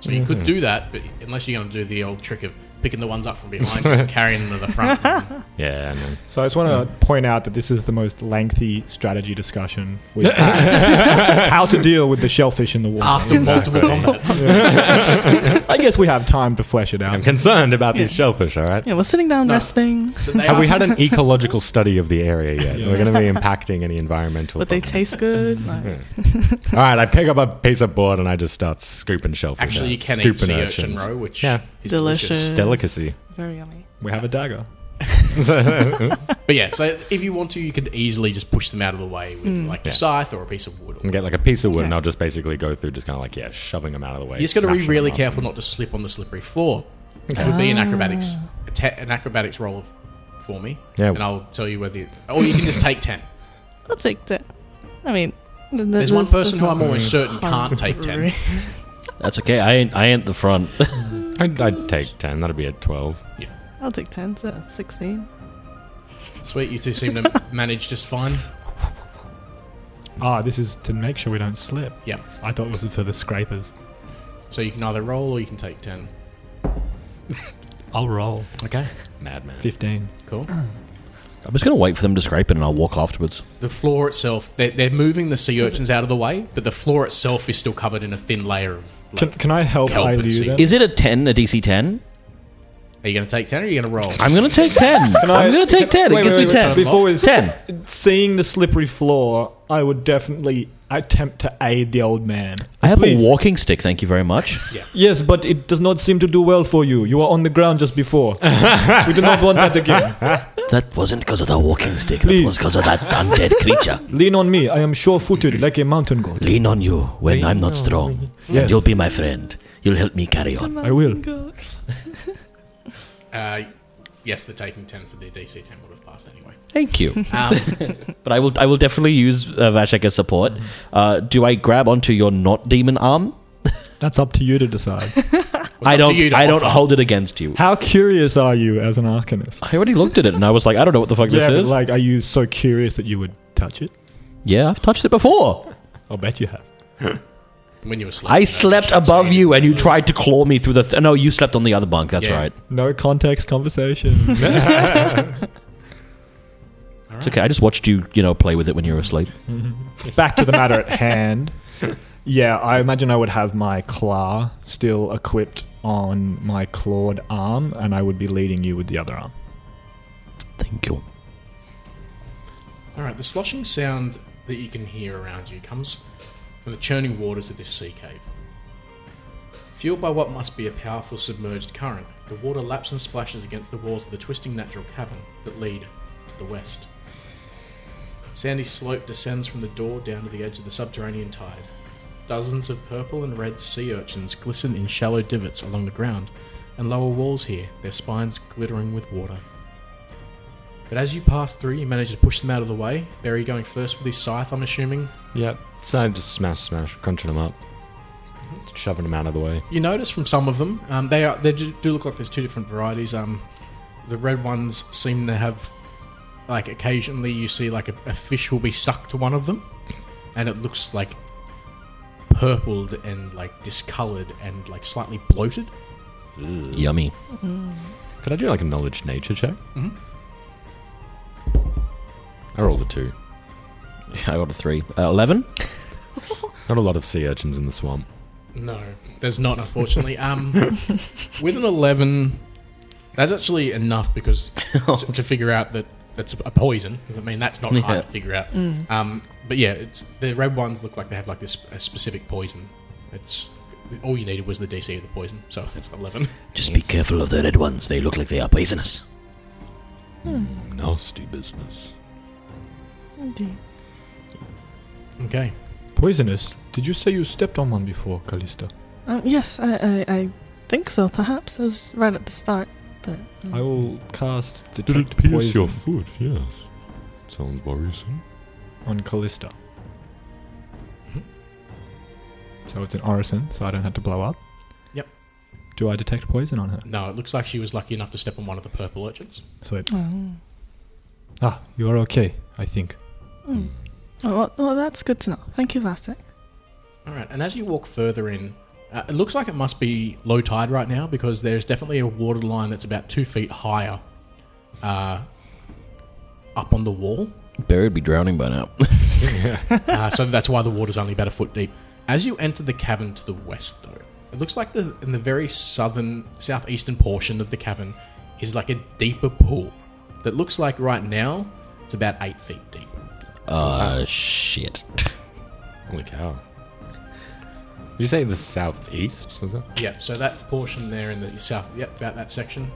A: So you
B: Mm-hmm.
A: could do that, but unless you're going to do the old trick of picking the ones up from behind
B: [LAUGHS]
A: and carrying them to the front.
B: yeah. And [LAUGHS] then
C: So I just want to point out that this is the most lengthy strategy discussion [LAUGHS] we've had. how to deal with the shellfish in the water.
A: after multiple combats.
C: I guess we have time to flesh it
B: I'm
C: out.
B: concerned about these shellfish. All right.
E: yeah, we're sitting down
A: No.
E: resting,
A: But they
B: Have
A: are-
B: we had [LAUGHS] an ecological study of the area yet?
C: Yeah.
B: We're going to [LAUGHS] be impacting any environmental.
E: but they
B: problems.
E: taste good.
A: Mm-hmm.
E: Like,
B: All right, I pick up a piece of board and I just start scooping shellfish.
A: Actually,
B: out.
A: you can
B: Scooping
A: eat sea urchin
B: urchins.
A: roe, which
B: Yeah.
A: is
E: Delicious.
A: delicious.
B: Delicacy.
E: Very yummy.
C: We have a dagger.
B: [LAUGHS]
A: But yeah, so if you want to, you could easily just push them out of the way with like a
B: Yeah.
A: scythe or a piece of wood. Or
B: and get like a piece of wood, and
E: Okay.
B: I'll just basically go through, just kind of like yeah, shoving them out of the way.
A: You just got to be
B: smashing
A: really
B: them up.
A: careful not to slip on the slippery floor, which would be an acrobatics a te- an acrobatics roll of, for me.
B: Yeah.
A: and I'll tell you whether. You, or you can just take ten.
E: I'll take that. I mean, th- th-
A: There's one
E: this-
A: person
E: this
A: who
E: one-
A: I'm almost certain can't take ten.
E: Hungry.
D: That's okay. I ain't. I ain't the front. [LAUGHS]
B: I'd, I'd take ten. That'd be a twelve.
E: I'll take ten. So that's sixteen.
A: Sweet, you two seem to manage just fine.
C: Ah, this is to make sure we don't slip.
A: Yeah,
C: I thought this was for the scrapers.
A: so you can either roll or you can take ten.
C: I'll roll.
A: Okay,
B: Madman.
C: 15.
A: cool.
D: I'm just gonna wait for them to scrape it, and I'll walk afterwards.
A: The floor itself, they're, they're moving the sea urchins out of the way, but the floor itself is still covered in a thin layer of. Like,
C: Can, can I help
A: Help and see.
C: Aileu then?
D: Is it a ten? A DC ten?
A: are you going to take ten or are you going to roll?
D: I'm gonna take ten.
C: Can I-
D: I'm gonna take ten.
C: Wait,
D: it gives
C: wait,
D: me
C: wait,
D: ten.
C: Before we
D: Ten.
C: seeing the slippery floor, I would definitely attempt to aid the old man.
D: I have
C: Please.
D: a walking stick. Thank you very much.
C: Yes, but it does not seem to do well for you. You were on the ground just
D: [LAUGHS]
C: before. we do not want that again.
G: That wasn't because of the walking stick,
C: Please.
G: that was because of that undead creature.
C: Lean on me. I am sure-footed like a mountain goat.
G: Lean on you when I'm not strong,
C: Yes.
G: and you'll be my friend. You'll help me carry on.
C: I will.
A: Uh, yes, the taking ten for the DC ten would have passed anyway.
D: Thank you.
A: Um,
D: But I will. I will definitely use uh, Vashek as support. Uh, do I grab onto your not demon arm?
C: That's up to you to decide.
A: Well, it's up
D: I
A: to
D: don't.
A: you to
D: I don't
A: offer.
D: hold it against you.
C: How curious are you as an arcanist?
D: I already looked at it and I was like, I don't know what the fuck
C: yeah,
D: this
C: but
D: is.
C: like, are you so curious that you would touch it?
D: yeah, I've touched it before.
C: I'll bet you have.
A: when you were sleeping.
D: I
A: no,
D: slept
A: that's
D: above
A: right.
D: you and you tried to claw me through the. Th- no, you slept on the other bunk. That's
A: Yeah.
D: right.
C: No
D: [LAUGHS]
C: context conversation.
D: It's okay. I just watched you, you know, play with it when you were asleep.
C: Back to the matter at hand. Yeah, I imagine I would have my claw still equipped on my clawed arm, and I would be leading you with the other arm.
D: Thank you.
A: All right, the sloshing sound that you can hear around you comes from the churning waters of this sea cave. Fueled by what must be a powerful submerged current, the water laps and splashes against the walls of the twisting natural cavern that lead to the west. Sandy slope descends from the door down to the edge of the subterranean tide. Dozens of purple and red sea urchins glisten in shallow divots along the ground and lower walls here, their spines glittering with water. But as you pass through, you manage to push them out of the way. Barry going first with his scythe, I'm assuming.
B: Yep. So just smash, smash, crunching them up, shoving them out of the way.
A: You notice from some of them, um, they are they do do look like there's two different varieties. Um, the red ones seem to have, like, occasionally you see like a, a fish will be sucked to one of them, and it looks like purpled and like discolored and like slightly bloated.
D: Yummy. [LAUGHS]
B: Could I do like a knowledge nature check?
A: Mhm.
B: I rolled a two.
D: I got a three. Uh, Eleven.
B: Not a lot of sea urchins in the swamp.
A: No, there's not, unfortunately. Um, with an 11, that's actually enough because to, to figure out that that's a poison. I mean, that's not hard
D: Yeah.
A: to figure out. Um, but yeah, it's, the red ones look like they have like this a specific poison. It's all you needed was the DC of the poison, so it's 11.
G: Just be careful of the red ones. They look like they are poisonous.
F: Nasty business.
E: Indeed.
A: Okay.
C: Poisonous. Did you say you stepped on one before, Callista?
E: Um, yes, I, I, I think so, perhaps. It was right at the start. But, um,
C: I will cast
F: Did
C: detect
F: it pierce
C: poison
F: your foot? Yes. Sounds worrisome.
C: on Callista. So it's an Orison, so I don't have to blow up.
A: Yep.
C: Do I detect poison on her?
A: No, it looks like she was lucky enough to step on one of the purple urchins.
C: So it,
E: Oh.
C: ah, you are okay, I think.
E: Mm. Oh, well, well, that's good to know. Thank you, Vasek.
A: All right, and as you walk further in, uh, it looks like it must be low tide right now because there's definitely a water line that's about two feet higher uh, up on the wall.
D: Barry would be drowning by now. [LAUGHS]
A: Uh, so that's why the water's only about a foot deep. As you enter the cavern to the west, though, it looks like the, in the very southern, southeastern portion of the cavern is like a deeper pool that looks like right now it's about eight feet deep.
D: uh, shit.
B: Holy cow! Did you say the southeast? Was it?
A: Yeah, so that portion there in the south, yep, about that section,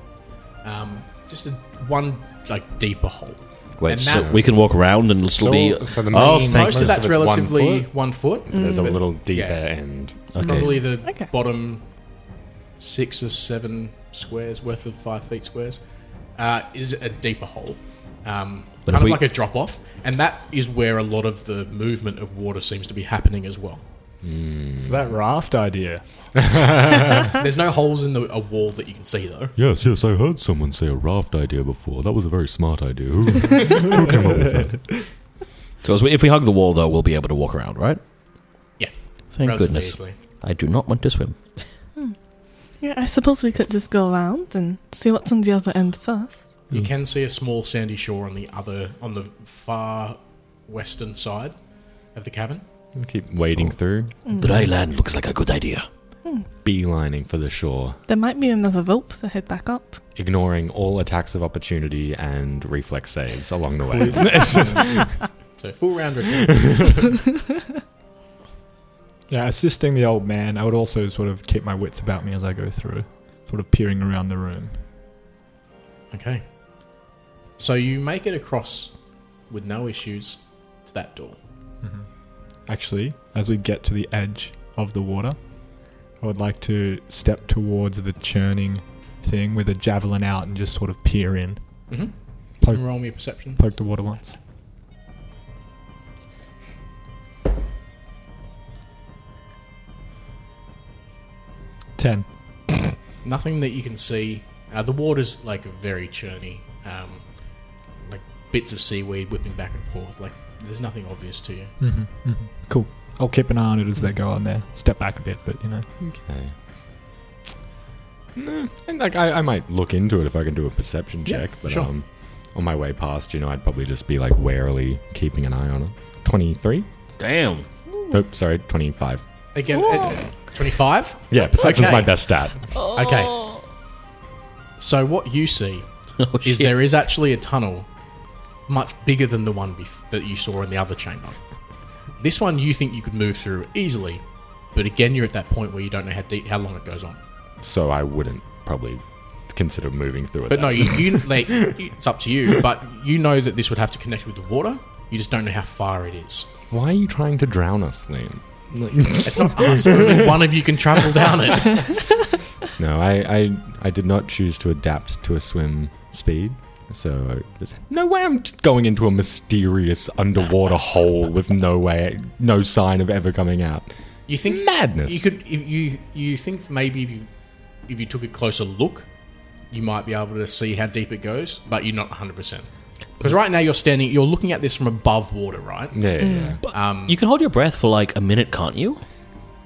A: um, just a, one like deeper hole.
D: Wait,
A: And
D: so
A: that-
D: we can walk around and it'll still
B: So-
D: be.
B: so the
D: oh,
B: main-
D: thank
A: Most of
B: most
A: that's
B: of it's one
A: relatively
B: foot.
A: one foot. Mm.
B: There's a
A: but
B: little deeper
A: yeah.
B: end.
D: Okay.
A: Probably the
E: Okay.
A: bottom six or seven squares worth of five feet squares uh, is a deeper hole. Um,
D: But
A: kind of
D: if we-
A: like a drop off, and that is where a lot of the movement of water seems to be happening as well.
C: So that raft idea.
A: There's no holes in the, a wall that you can see though.
F: Yes, yes, I heard someone say a raft idea before. That was a very smart idea. Who, who came up with that?
D: So as we- if we hug the wall, though, we'll be able to walk around, right?
A: Yeah.
D: Thank
A: relatively
D: goodness.
A: easily.
D: I do not want to swim.
E: Yeah, I suppose we could just go around and see what's on the other end first.
C: Hmm.
A: You can see a small sandy shore on the other, on the far western side of the cavern.
B: We keep wading through,
E: Hmm.
G: Mm. Dry land looks like a good idea.
B: beelining for the shore,
E: There might be another rope to head back up.
B: ignoring all attacks of opportunity and reflex saves along the way.
A: So full round
C: [LAUGHS]
A: return.
C: [LAUGHS] Yeah, assisting the old man. I would also sort of keep my wits about me as I go through, sort of peering around the room.
A: okay. So you make it across with no issues to that door.
C: Actually, as we get to the edge of the water, I would like to step towards the churning thing with a javelin out and just sort of peer in.
A: Mm-hmm.
C: Poke,
A: Can roll me a perception.
C: poke the water once. Ten.
A: Nothing that you can see. Uh, the water's like very churny, um, like bits of seaweed whipping back and forth. Like there's nothing obvious to you.
C: Mm-hmm, Cool. I'll keep an eye on it as they go on there. Step back a bit, but you know.
B: [LAUGHS] okay. No, and like I, I might look into it if I can do a perception
A: Yeah,
B: check, but
A: sure.
B: um, on my way past, you know, I'd probably just be like warily keeping an eye on it. Twenty-three.
G: [LAUGHS]
D: Damn.
B: Oh, sorry, twenty-five.
A: Again, uh, twenty-five.
B: Yeah, perception's
A: Okay. Oh.
B: my best stat.
A: Okay. So what you see
D: Oh,
A: is
D: shit.
A: there is actually a tunnel much bigger than the one bef- that you saw in the other chamber. This one you think you could move through easily, but again, you're at that point where you don't know how deep, how long it goes on.
B: So I wouldn't probably consider moving through it.
A: But no,
B: then.
A: you, you like, it's up to you. But you know that this would have to connect with the water. You just don't know how far it is.
B: Why are you trying to drown us, Liam?
A: It's not us. Only one of you can travel down it.
B: No, I, I, I did not choose to adapt to a swim speed. So there's no way I'm just going into a mysterious [LAUGHS] underwater hole with no way, no sign of ever coming out.
A: You think
B: Madness.
A: You could if you you think maybe if you if you took a closer look, you might be able to see how deep it goes. But you're not 100 percent because right now you're standing. You're looking at this from above water, right?
B: Yeah, yeah, yeah.
A: Um,
G: You can hold your breath for like a minute, can't you?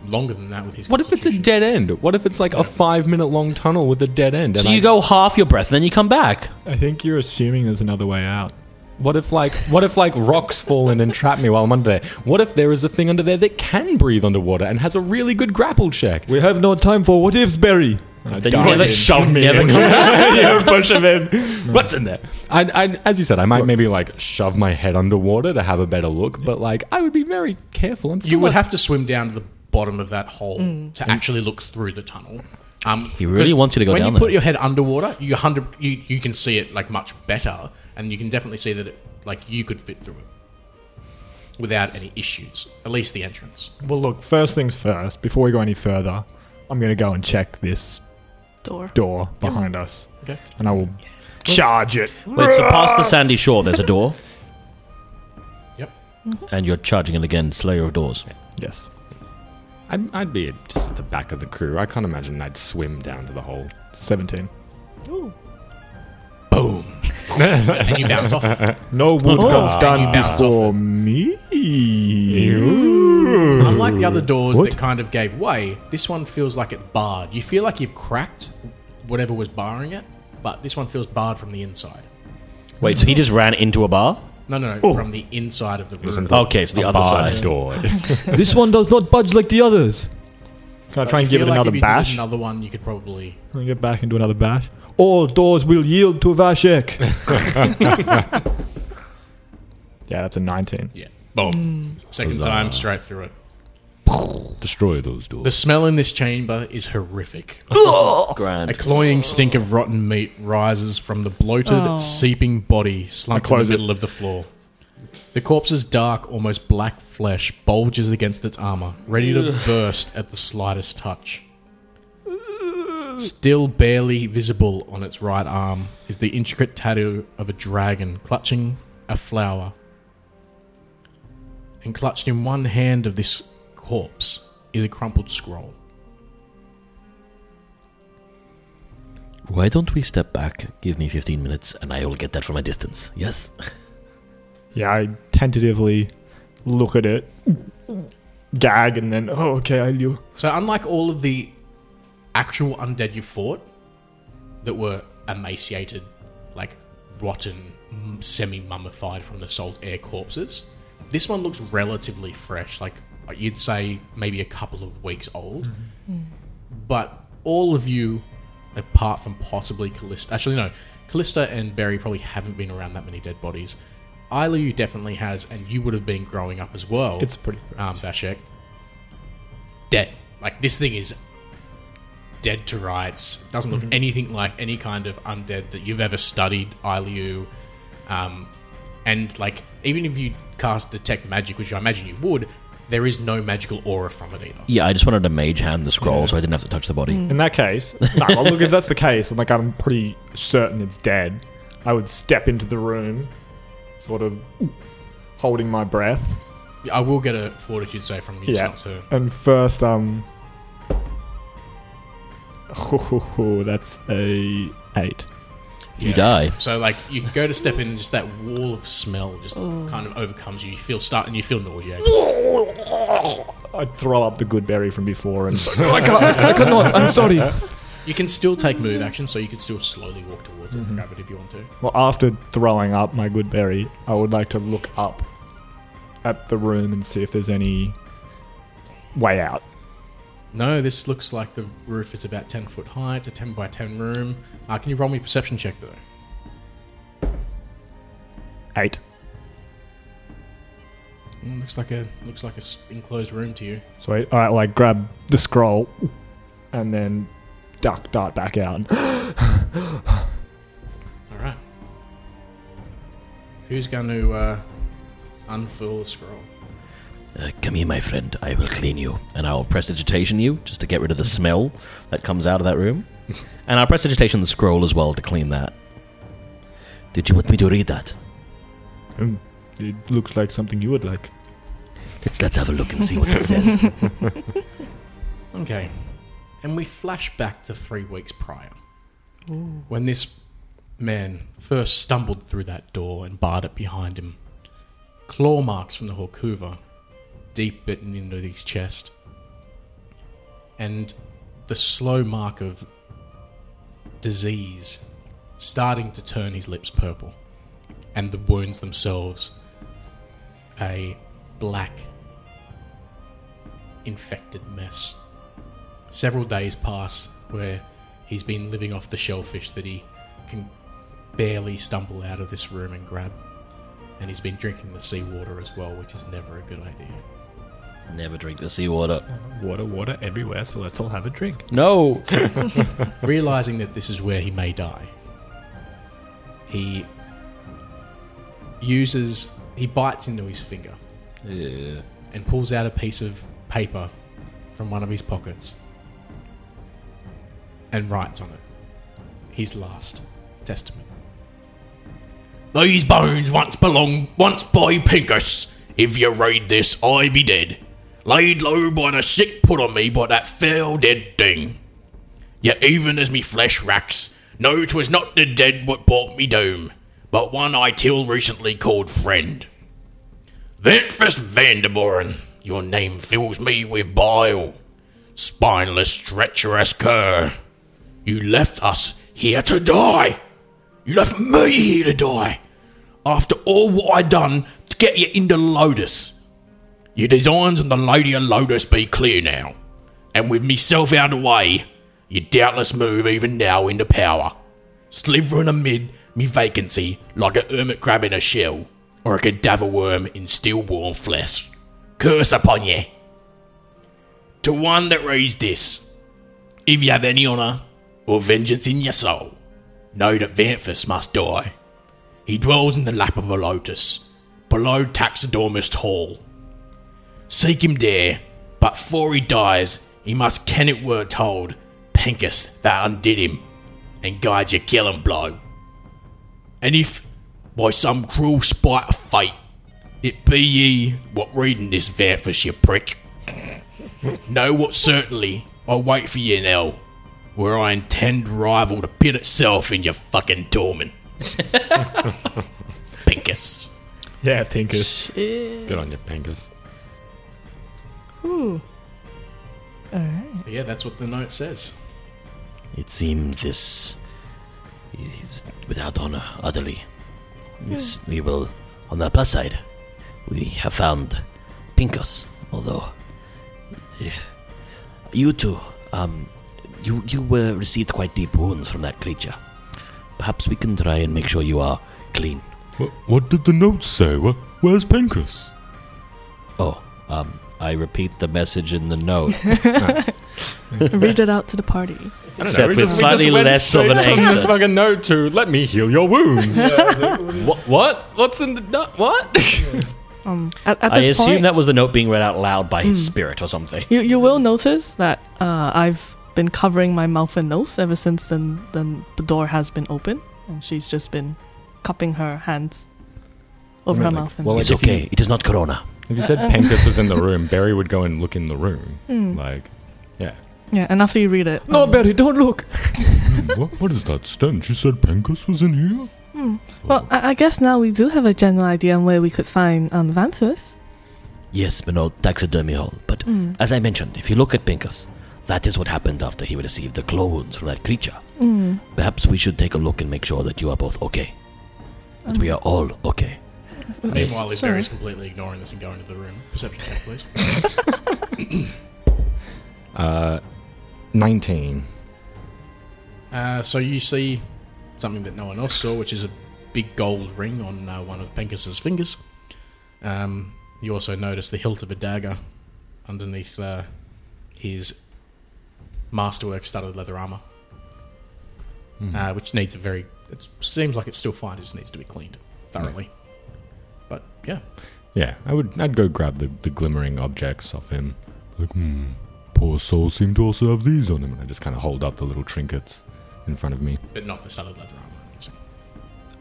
A: longer than that with his.
B: What if it's a
A: constitution.
B: dead end? What if it's like a five minute long tunnel with a dead end?
G: So
B: and
G: you
B: I-
G: go half your breath, then you come back.
C: I think you're assuming there's another way out.
B: What if like what if like rocks fall in and trap me while I'm under there? What if there is a thing under there that can breathe underwater and has a really good grapple check?
C: We have no time for what ifs, Barry.
G: Then you never shove me. Never come back. [LAUGHS]
D: [LAUGHS]
B: yeah, push him in. What's in there? I, I, as you said, I might maybe like shove my head underwater to have a better look, but like I would be very careful and still
A: You would
B: not-
A: have to swim down to the bottom of that hole
B: Mm.
A: to actually look through the tunnel. Um,
G: He really
A: 'cause
G: wants you to go
A: when
G: down
A: you put
G: there.
A: your head underwater, you hundred you, you can see it like much better, and you can definitely see that it, like you could fit through it without any issues. At least the entrance.
C: Well, look, first things first, before we go any further, I'm going to go and check this
E: Door.
C: [LAUGHS] door behind us.
A: Okay.
C: And I will charge it.
G: Wait, so past the sandy shore, there's a door,
A: Yep.
G: and you're charging it again, Slayer of Doors.
C: Yes.
B: I'd, I'd be just at the back of the crew. I can't imagine I'd swim down to the hole.
C: 17.
A: Boom. and you
G: [LAUGHS]
A: bounce off.
C: No wood guns
A: Oh. Ah, You
C: done
A: bounce off
C: before me.
A: [LAUGHS] Unlike the other doors
C: What?
A: that kind of gave way, this one feels like it's barred. You feel like you've cracked whatever was barring it, but this one feels barred from the inside.
G: Wait, so he just ran into a bar?
A: No, no, no,
C: Oh.
A: from the inside of the room.
G: Okay, so the other
B: barred
G: side.
B: door. [LAUGHS]
C: this one does not budge like the others. Can I
A: But
C: try
A: you
C: and give
A: feel
C: it
A: like
C: another
A: if you did
C: bash?
A: Another one, you could probably.
C: Can I get back and do another bash? All doors will yield
A: [LAUGHS]
C: to Vashek. [LAUGHS] yeah, that's a 19.
A: Yeah. Boom. Second time, straight through it.
F: Destroy those doors.
A: The smell in this chamber is horrific. A
G: Grand.
A: cloying stink of rotten meat rises from the bloated,
E: Oh.
A: seeping body slunk in the
C: close it.
A: middle of the floor. The corpse's dark, almost black flesh bulges against its armor, ready to burst at the slightest touch. Still barely visible on its right arm is the intricate tattoo of a dragon clutching a flower. And clutched in one hand of this corpse is a crumpled scroll.
G: Why don't we step back? Give me 15 minutes, and I will get that from a distance. Yes?
C: Yeah, I tentatively look at it, gag, and then, oh, okay, I knew.
A: So, unlike all of the actual undead you fought that were emaciated, like rotten, semi mummified from the salt air corpses, this one looks relatively fresh. Like you'd say, maybe a couple of weeks old.
C: Mm-hmm.
A: But all of you, apart from possibly Callista, actually, no, Callista and Barry probably haven't been around that many dead bodies. Isla, you definitely has, and you would have been growing up as well
C: It's pretty fresh.
A: um, Vashek, dead. Like this thing is dead to rights. Doesn't look anything like any kind of undead that you've ever studied, Iliu. Um, and like even if you cast detect magic, which I imagine you would, there is no magical aura from it either.
G: Yeah, I just wanted to mage hand the scroll so I didn't have to touch the body.
C: In that case, no, well, look, if that's the case, and like I'm pretty certain it's dead, I would step into the room, sort of holding my breath.
A: I will get a fortitude save from you. just
C: Yeah.
A: Not to,
C: And first, um. [LAUGHS] that's a eight. [LAUGHS]
G: You die. [LAUGHS]
A: so like you go to step in, and just that wall of smell just kind of overcomes you. You feel start and you feel nauseated.
C: I'd throw up the good berry from before and
B: I can't. I cannot. I'm sorry.
G: Uh,
A: You can still take move action, so you can still slowly walk towards it and grab it if you want to.
C: Well, after throwing up my good berry, I would like to look up at the room and see if there's any way out.
A: No, this looks like the roof is about 10 foot high. It's a 10 by 10 room. Uh, can you roll me a perception check, though?
C: Eight.
A: Mm, Looks like a looks like a s- enclosed room to you.
C: So I, I like grab the scroll and then duck dart back out. [GASPS]
A: All right. Who's going to uh, unfurl the scroll?
D: Uh, come here, my friend. I will clean you, and I will prestidigitation you just to get rid of the smell that comes out of that room. and I'll prestidigitation the scroll as well to clean that.
G: Did you want me to read that?
C: Mm, it looks like something you would like.
G: Let's, let's have a look and see [LAUGHS] what it says.
A: Okay. And we flash back to three weeks prior. When this man first stumbled through that door and barred it behind him. Claw marks from the Horkuva, deep bitten into his chest. And the slow mark of disease starting to turn his lips purple. And the wounds themselves a black, infected mess. Several days pass where he's been living off the shellfish that he can barely stumble out of this room and grab. And he's been drinking the seawater as well, which is never a good idea.
D: Never drink the seawater.
C: Water, water everywhere, so let's all have a drink.
D: No.
A: [LAUGHS] Realizing that this is where he may die, he uses. He bites into his finger
D: Yeah.
A: and pulls out a piece of paper from one of his pockets and writes on it his last testament. These bones once belonged once by Pincus. If you read this, I be dead. Laid low by the sick put on me by that fell dead thing. Yet even as me flesh racks, no, 'twas not the dead what brought me doom, but one I till recently called friend. Ventus Vanderboren, your name fills me with bile. Spineless, treacherous cur. You left us here to die. You left me here to die. After all what I done to get you into Lotus. Your designs on the Lady of Lotus be clear now. And with myself out of the way, you doubtless move even now into power. Slithering amid me vacancy like a hermit crab in a shell, or a cadaver worm in still warm flesh. Curse upon ye. To one that reads this, if you have any honour or vengeance in your soul, know that Vanthus must die. He dwells in the lap of a lotus, below Taxidermist Hall. Seek him there, but before he dies, he must ken it were told, Pincus that undid him, and guide your killing blow. And if, by some cruel spite of fate, it be ye what reading this Vanthus, you prick, [LAUGHS] know what certainly I wait for ye now, where I intend rival to pit itself in your fucking torment. Pincus.
C: Yeah, Pinkus.
F: Get on your pingus.
H: Ooh. All right.
A: Yeah, that's what the note says.
G: it seems this is without honor, utterly. Yes,
E: Hmm.
G: we will. On the plus side, we have found Pincus, although. eh, You two, um, you, you were received quite deep wounds from that creature. Perhaps we can try and make sure you are clean.
F: What, what did the note say? Where, where's Pinkus?
D: Oh, um, I repeat the message in the note,
E: Read it out to the party.
B: know, we
D: except with
B: just- we
D: slightly
B: just went
D: less of an
B: straight from the
D: anger.
B: fucking note to let me heal your [LAUGHS] wounds. what, what? What's in the note? What?
E: Um, at, [LAUGHS] at
D: I
E: this
D: assume
E: point, Hmm.
D: that was the note being read out loud by his spirit or something.
E: you, you will notice that uh, I've been covering my mouth and nose ever since then, then the door has been open, and she's just been cupping her hands over her mouth. And
B: well,
G: It's
B: if you-
G: okay, it is not Corona.
B: If you said Pankus was in the room, Barry would go and look in the room. Like, yeah.
E: Mm. yeah, and after you read it, um,
C: Barry, don't look.
F: Hmm, what, what is that stench? You said Pinkus was in here?
E: mm. Well, I, I guess now we do have a general idea on where we could find um, Vanthus.
G: Yes, but no taxidermy hole. But
E: Mm.
G: as I mentioned, if you look at Pincus, that is what happened after he received the claw wounds from that creature.
E: Mm.
G: Perhaps we should take a look and make sure that you are both okay. That we are all okay.
A: Meanwhile, if
E: Sure.
A: Barry's completely ignoring this and going into the room, perception check, please. [LAUGHS]
B: Uh, 19.
A: Uh, so you see something that no one else saw, which is a big gold ring on uh, one of Pencus's fingers. Um, You also notice the hilt of a dagger underneath uh, his masterwork studded leather armor, uh, which needs a very. It seems like it's still fine. It just needs to be cleaned thoroughly. But yeah,
B: Yeah, I would. I'd go grab the, the glimmering objects off him.
F: Like, hmm, poor soul seemed to also have these on him.
B: And I just kind of hold up the little trinkets in front of me.
A: but not the studded leather armor. I'm guessing.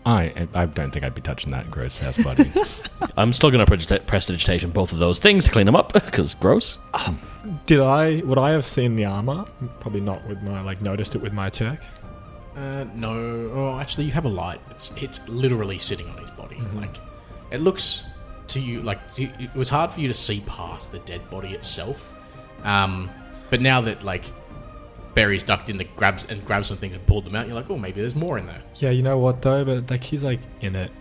B: I I don't think I'd be touching that gross house, buddy.
D: [LAUGHS] I'm still going to prestidigitation both of those things to clean them up [LAUGHS] because gross.
C: Did I? Would I have seen the armor? Probably not with my like noticed it with my check.
A: Uh, no. Oh, actually, you have a light. It's it's literally sitting on his body.
B: Mm-hmm.
A: Like, it looks to you like to- it was hard for you to see past the dead body itself. Um, but now that like Barry's ducked in the grabs and grabs some things and pulled them out, you're like, oh, maybe there's more in there.
C: Yeah, you know what though, but like he's like in it.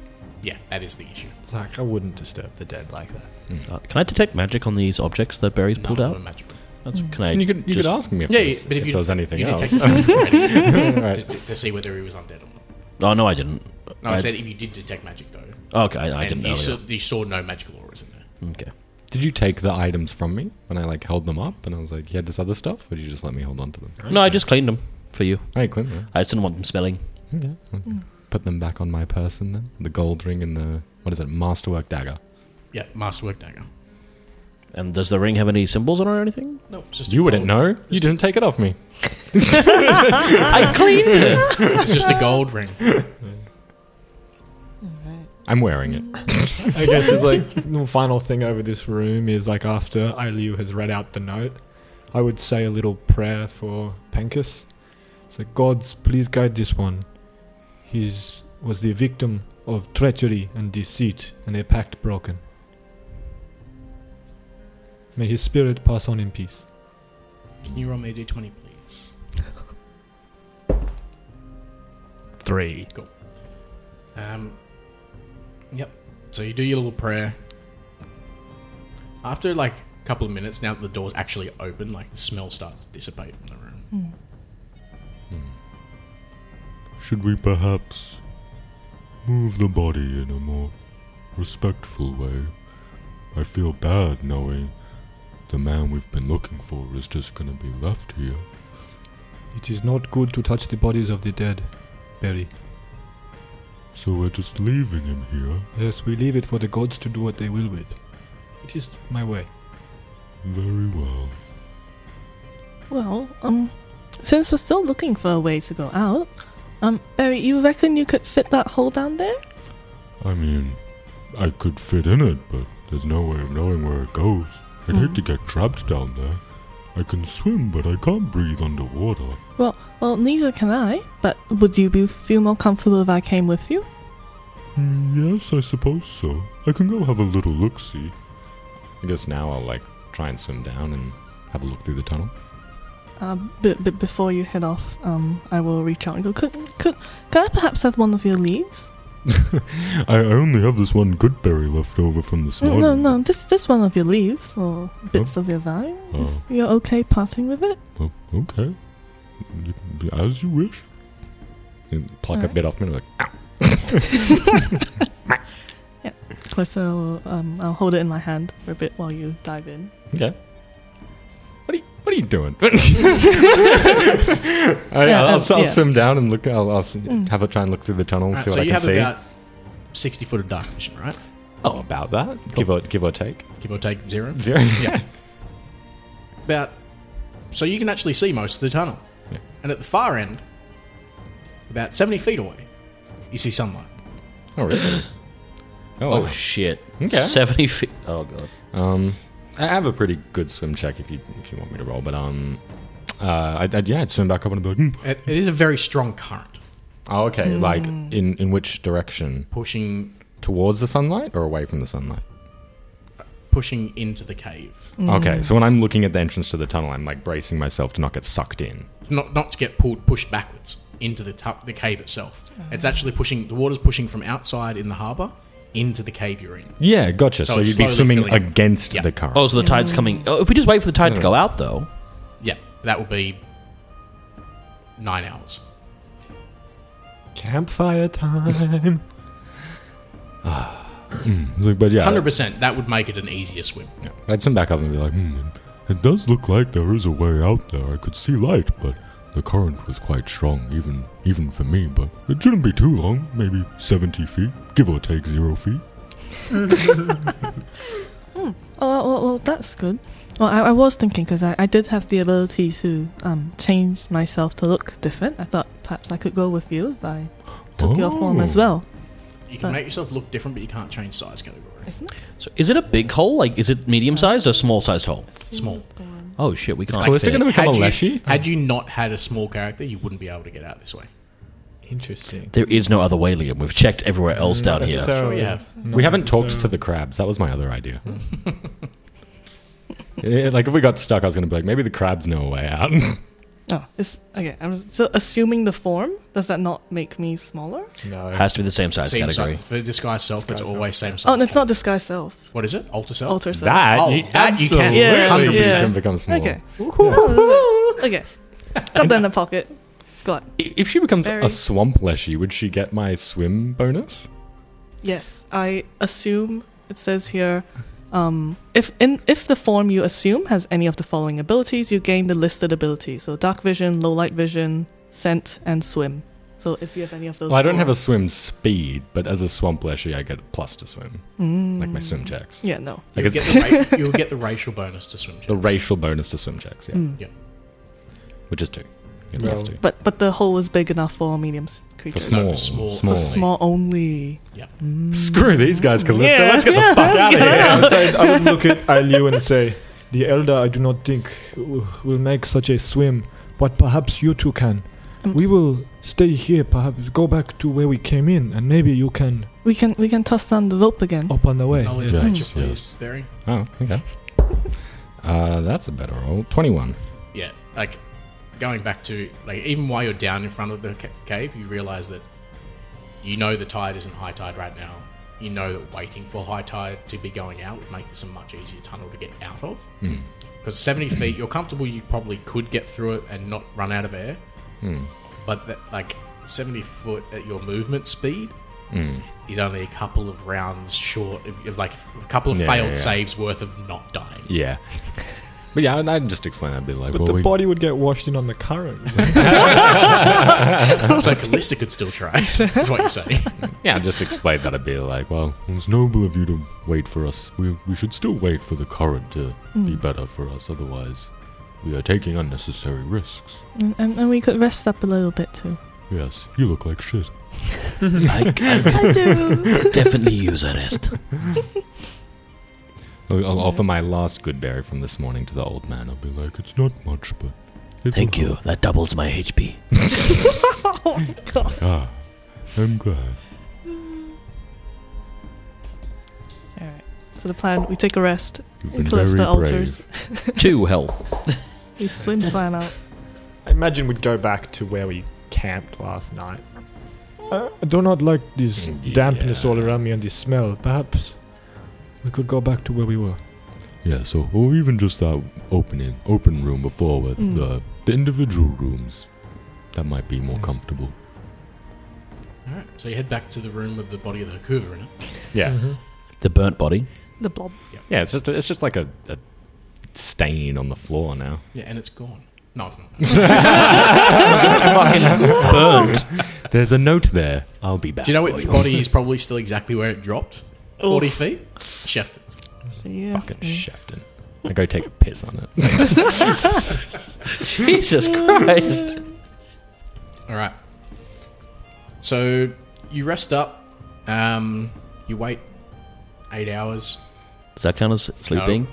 A: Yeah, that is the issue.
C: It's like I wouldn't disturb the dead like that.
G: Hmm.
D: Uh, can I detect magic on these objects that Barry's
A: None
D: pulled
A: of them
D: out?
A: are magical.
D: That's, can
B: [LAUGHS]
D: I?
B: and you could you
D: just-
B: could ask me if,
A: Yeah, yeah,
B: there's,
A: but if,
B: if
A: you
B: there's
A: det-
B: anything
A: you
B: else. [LAUGHS]
A: detected magic already to,
B: Right.
A: to, to see whether he was undead or not.
D: Oh no, I didn't.
A: No, I,
D: I-
A: said if you did detect magic though,
D: Okay, I, I
A: and
D: didn't.
A: you
D: Earlier.
A: saw, you saw no magical auras in there.
D: okay.
B: [LAUGHS] Did you take the items from me when I like held them up and I was like, "You had this other stuff," or did you just let me hold on to them?
D: No, I just cleaned them for you.
B: Hey, Clint, yeah.
D: I just didn't want them smelling.
B: Okay. Put them back on my person then. The gold ring and the what is it? Masterwork dagger.
A: Yeah, masterwork dagger.
D: And does the ring have any symbols on it or anything?
A: No, it's just a
B: You wouldn't
A: gold-
B: know. You didn't take it off me.
D: I cleaned it.
A: It's just a gold ring.
B: I'm wearing it.
C: I guess it's like the final thing over this room is like after Ailiu has read out the note, I would say a little prayer for Pankus. It's like, gods, please guide this one. He was the victim of treachery and deceit, and a pact broken. May his spirit pass on in peace.
A: Can you roll me a d20, please?
C: Three.
A: Um, yep. So you do your little prayer. After like a couple of minutes, now that the door's actually open, like the smell starts to dissipate from the room.
F: Should we perhaps move the body in a more respectful way? I feel bad knowing the man we've been looking for is just gonna be left here.
C: It is not good to touch the bodies of the dead, Barry.
F: So we're just leaving him here.
C: Yes, we leave it for the gods to do what they will with. It is my way.
F: Very well.
E: Well, um, since we're still looking for a way to go out, um, Barry, you reckon you could fit that hole down there?
F: I mean, I could fit in it, but there's no way of knowing where it goes. I'd hate
E: Hmm.
F: to get trapped down there. I can swim, but I can't breathe underwater.
E: Well, well, neither can I. But would you be feel more comfortable if I came with you?
F: Mm, yes, I suppose so. I can go have a little look see.
B: I guess now I'll like try and swim down and have a look through the tunnel.
E: Uh, but, but before you head off, um, I will reach out and go. Could could can I perhaps have one of your leaves?
F: I only have this one good berry left over from the
E: Mm,
F: slaughter.
E: No, no, just just one of your leaves or bits of your vine.
F: Oh,
E: You're okay parting with it?
F: well, okay. Y- As you wish.
B: And pluck a
E: Alright.
B: bit off me and be like,
E: Closer, will, um, I'll hold it in my hand for a bit while you dive in.
B: okay. What are you, what are you doing? [LAUGHS] I,
E: Yeah,
B: I'll, I'll,
E: that's-
B: I'll
E: yeah.
B: swim down and look. I'll, I'll s-
E: Mm.
B: have a try and look through the tunnel,
A: Alright,
B: see what
A: so
B: I
A: you
B: can
A: have
B: see.
A: about 60 foot of dark vision, right?
B: oh, about that, give or give or take [LAUGHS]
A: Give or take zero.
B: zero. [LAUGHS]
A: Yeah. About. So you can actually see most of the tunnel.
B: Yeah.
A: And at the far end, about 70 feet away, you see sunlight.
B: Oh really? Oh,
D: Oh
B: wow.
D: shit.
B: Okay.
D: Seventy feet. Oh god.
B: Um, I have a pretty good swim check if you if you want me to roll, but um, uh, I'd, I'd, yeah, I'd swim back up and be like, "Hmm."
A: It, it is a very strong current
B: oh, okay,
E: Mm.
B: like in in which direction?
A: pushing
B: Towards the sunlight or away from the sunlight?
A: pushing into the cave.
E: Mm.
B: Okay, so when I'm looking at the entrance to the tunnel, I'm like bracing myself to not get sucked in.
A: not not to get pulled pushed backwards into the tu- the cave itself.
E: Oh.
A: It's actually pushing the water's pushing from outside in the harbour into the cave you're in.
B: Yeah, gotcha.
A: So
B: So,
A: it's
B: you'd be
A: slowly
B: swimming
A: filling up.
B: against
A: Yeah.
B: the current.
D: Oh, so the tide's coming. Oh, if we just wait for the
G: Hmm.
D: tide to go out, though.
A: Yeah, that will be nine hours.
C: Campfire time.
B: Like, but yeah,
A: Hundred percent. That would make it an easier swim.
B: I'd swim back up and be like, hmm.
F: It does look like there is a way out there. I could see light, but the current was quite strong, even even for me. But it shouldn't be too long, maybe 70 feet, give or take zero feet.
E: Oh, well, well that's good. Well, I, I was thinking because I, I did have the ability to um, change myself to look different. I thought perhaps I could go with you if I took your form as
F: Oh.
E: well.
A: You can
E: But-
A: make yourself look different, but you can't change size category.
D: So is it a big hole? Like, is it medium sized or small sized hole?
A: Small.
D: Oh shit, we can't.
B: Callisto
D: fit.
B: gonna become a
A: had, you,
B: leshy?
A: had you not had a small character, you wouldn't be able to get out this way.
C: Interesting.
D: There is no other way, Liam. We've checked everywhere else down here.
E: Oh,
A: Sure you have.
B: We haven't talked to the crabs. That was my other idea. [LAUGHS] Yeah, like if we got stuck, I was going to be like, maybe the crabs know a way out. [LAUGHS]
E: Oh, it's okay. I'm s- so assuming the form does that not make me smaller?
C: No.
D: Has to be the same size
A: Same
D: category.
A: size- for disguise self, it's
C: Disguise
A: always same size.
E: oh, and it's not disguise self,
A: What is it? Alter self.
E: alter self.
B: that,
A: Oh,
B: you,
A: that you can.
B: absolutely
E: Yeah,
B: you
E: yeah.
B: can become small.
E: Okay. Oh,
B: [LAUGHS]
E: okay. Got that in the pocket. Got it.
B: I- If she becomes
E: Very-
B: a swamp leshy, would she get my swim bonus?
E: Yes, I assume it says here. Um, if in if the form you assume has any of the following abilities, you gain the listed abilities. So dark vision, low light vision, scent, and swim. So if you have any of those,
B: Well, I don't have a
E: four-
B: swim speed, but as a swamp leshy, I get plus to swim, like my swim checks.
E: Yeah, no.
B: I
A: You'll
B: get
A: get, the ra- you'll get the racial bonus to swim.
B: the
A: checks.
B: racial bonus to swim checks, yeah,
E: Mm.
A: Yeah.
B: which is two. You get
C: Well,
B: plus two.
E: But but the hole is big enough for medium s-
B: For
E: creatures.
A: No, for
B: small,
A: small.
B: small,
E: For small only. Mm.
B: Screw these guys, Callisto.
E: Yeah,
B: Let's get
E: yeah,
B: the fuck out
E: let's
B: of here.
C: I would say- I would look [LAUGHS] at Aliu and say, The elder, I do not think, w- will make such a swim, but perhaps you two can.
E: Um,
C: We will stay here, perhaps go back to where we came in, and maybe you can
E: We can we can toss down the rope again.
B: Oh.
C: up on the way.
A: Knowledge
B: Yes,
A: nature, please,
F: yes.
A: Barry.
B: [LAUGHS] Oh, okay. Uh, that's a better roll. 21.
A: yeah, like going back to like even while you're down in front of the ca- cave, you realize that you know the tide isn't high tide right now. You know that waiting for high tide to be going out would make this a much easier tunnel to get out of. Because 70 feet, you're comfortable. You probably could get through it and not run out of air. But that like 70 foot at your movement speed.
B: Hmm,
A: Is only a couple of rounds short of, of like a couple of
B: Yeah,
A: failed
B: yeah, yeah.
A: saves worth of not dying.
B: Yeah. But yeah, and I'd just explain. I'd be like,
C: But
B: well, [LAUGHS]
C: the
B: we,
C: body would get washed in on the current. [LAUGHS]
A: [LAUGHS] so Callista could still try. Is what you're
D: [LAUGHS]
A: saying?
B: yeah, I'd just explain that. I'd be like, well,
F: It's noble of you to wait for us. We, we should still wait for the current to be better for us, otherwise, we are taking unnecessary risks.
E: And, and, and we could rest up a little bit too.
F: Yes, you look like shit.
G: I, I
E: [LAUGHS] I do. [LAUGHS]
G: definitely use a rest.
B: I'll, I'll offer my last good berry from this morning to the old man. I'll
F: I'll be like, it's not much, but. it
G: Thank
F: will
G: you. That doubles my HP.
F: help. Ah, I'm glad.
E: All right. So the plan: we take a rest,
F: You've been very
E: Callisto
F: brave.
E: alters,
D: Two health.
E: we [LAUGHS] swim swam out.
C: I imagine we'd go back to where we camped last night. I do not like this dampness all around me and this smell. Perhaps we could go back to where we were.
F: Yeah, so or even just that opening open room before with
E: Mm.
F: the the individual rooms. That might be more
C: Yes.
F: comfortable.
A: All right. So you head back to the room with the body of the Hoover in it.
B: Yeah.
C: Mm-hmm.
D: The burnt body.
E: The blob.
B: Yeah, it's just it's just like a, a stain on the floor now.
A: Yeah, and it's gone. No, it's not.
B: Burnt. There's a note there. I'll be back.
A: Do you know which body is probably still exactly where it dropped? Forty feet. Shefton's.
E: Yeah.
B: Fucking
D: Mm-hmm.
B: Shefton. I go take a piss on it.
D: Jesus Christ.
A: All right. So you rest up. Um, you wait eight hours.
D: Does that count as sleeping?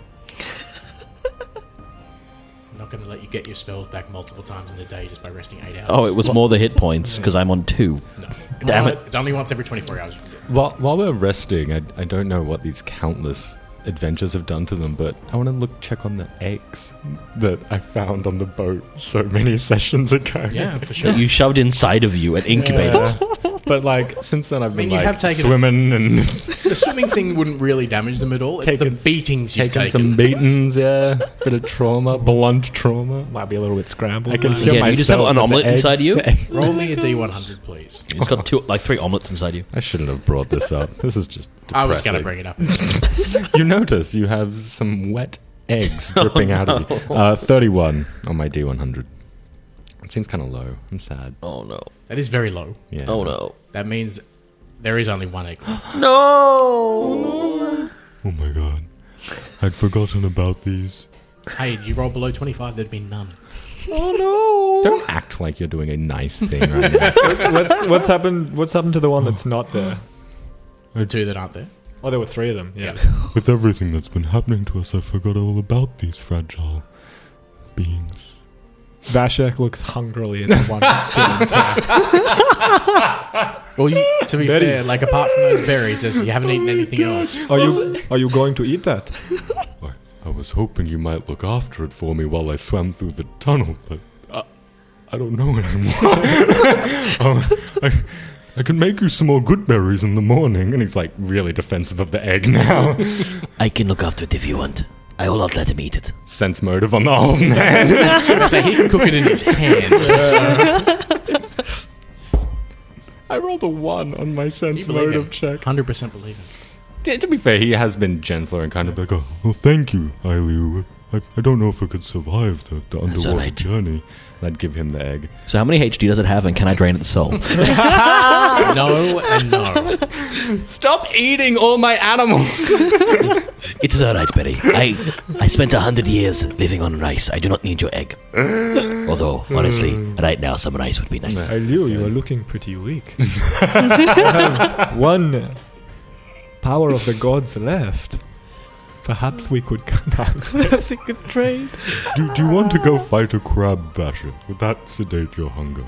A: I'm not going to let you get your spells back multiple times in a day just by resting eight hours.
D: Oh, it was more the hit points because I'm on two.
A: No. It's,
D: Damn it.
A: It's only once every 24 hours you can do. it.
B: While, while we're resting, I, I don't know what these countless adventures have done to them, but I want to look check on the eggs that I found on the boat so many [LAUGHS] sessions ago.
A: Yeah, for sure.
D: That you shoved inside of you and incubated.
B: but like since then, I've
A: mean,
B: been
A: you
B: like
A: have taken a-
D: [LAUGHS]
B: swimming and
A: the swimming thing wouldn't really damage them at all. It's
B: [LAUGHS] Taken-
A: the beatings you've
B: Taking
A: taken.
B: some beatings, yeah. Bit of trauma, blunt trauma.
C: [LAUGHS] Might be a little bit scrambled.
B: I can
C: though.
B: feel
D: Yeah, do
B: myself.
D: you just have an
B: with the
D: omelette
B: eggs.
D: inside
B: [LAUGHS]
D: you?
A: Roll me a d100, please.
D: It's got two, like three omelets inside you.
B: I shouldn't have brought this up. This is just. Depressing.
A: I was going to bring it up.
B: You notice you have some wet eggs dripping out of you. Uh, Thirty-one on my D100. It seems kind of low. I'm sad.
D: Oh no!
A: That is very low.
B: Yeah.
D: Oh no!
A: That means there is only one egg. left.
D: No!
F: Oh my god. I'd forgotten about these.
A: hey, you roll below 25, there'd be none.
B: Don't act like you're doing a nice thing right now.
C: [LAUGHS] what's, what's happened? What's happened to the one that's not there?
A: The two that aren't there.
C: Oh, there were three of them. Yeah.
F: With everything that's been happening to us, I forgot all about these fragile beings.
C: Vashek looks hungrily at the one that's still intact.
A: Well, you, to be
C: Betty.
A: fair, like apart from those berries, there's, you haven't eaten anything else.
C: Are you are you going to eat that?
F: I, I was hoping you might look after it for me while I swam through the tunnel, but I, I don't know anymore. [LAUGHS] um, I, I can make you some more good berries in the morning.
B: and he's like really defensive of the egg now. [LAUGHS]
G: I can look after it if you want. I will not let him eat it.
B: Sense motive on the old man.
A: so he can cook it in his hand.
B: [LAUGHS] I rolled a one on my sense
A: You believe
B: motive
A: him.
B: check.
A: 100% believe him.
B: Yeah, to be fair, he has been gentler and kind of like,
F: Like, oh, well, thank you, Ailu. I, I don't know if I could survive the, the underwater
G: alright.
F: journey.
B: I'd give him the egg.
D: So how many HD does it have, and can I drain its soul?
A: No and no.
B: Stop eating all my animals!
G: [LAUGHS]
B: [LAUGHS]
G: It is all right, Betty. I I spent a hundred years living on rice. I do not need your
B: [LAUGHS]
G: egg. Although, honestly,
B: Hmm.
G: right now some rice would be nice.
C: I knew you were looking pretty weak. You have one power of the gods left. Perhaps we could connect.
E: [LAUGHS]
H: Perhaps it could trade.
F: Do, do you want to go fight a crab basher? Would that sedate your hunger?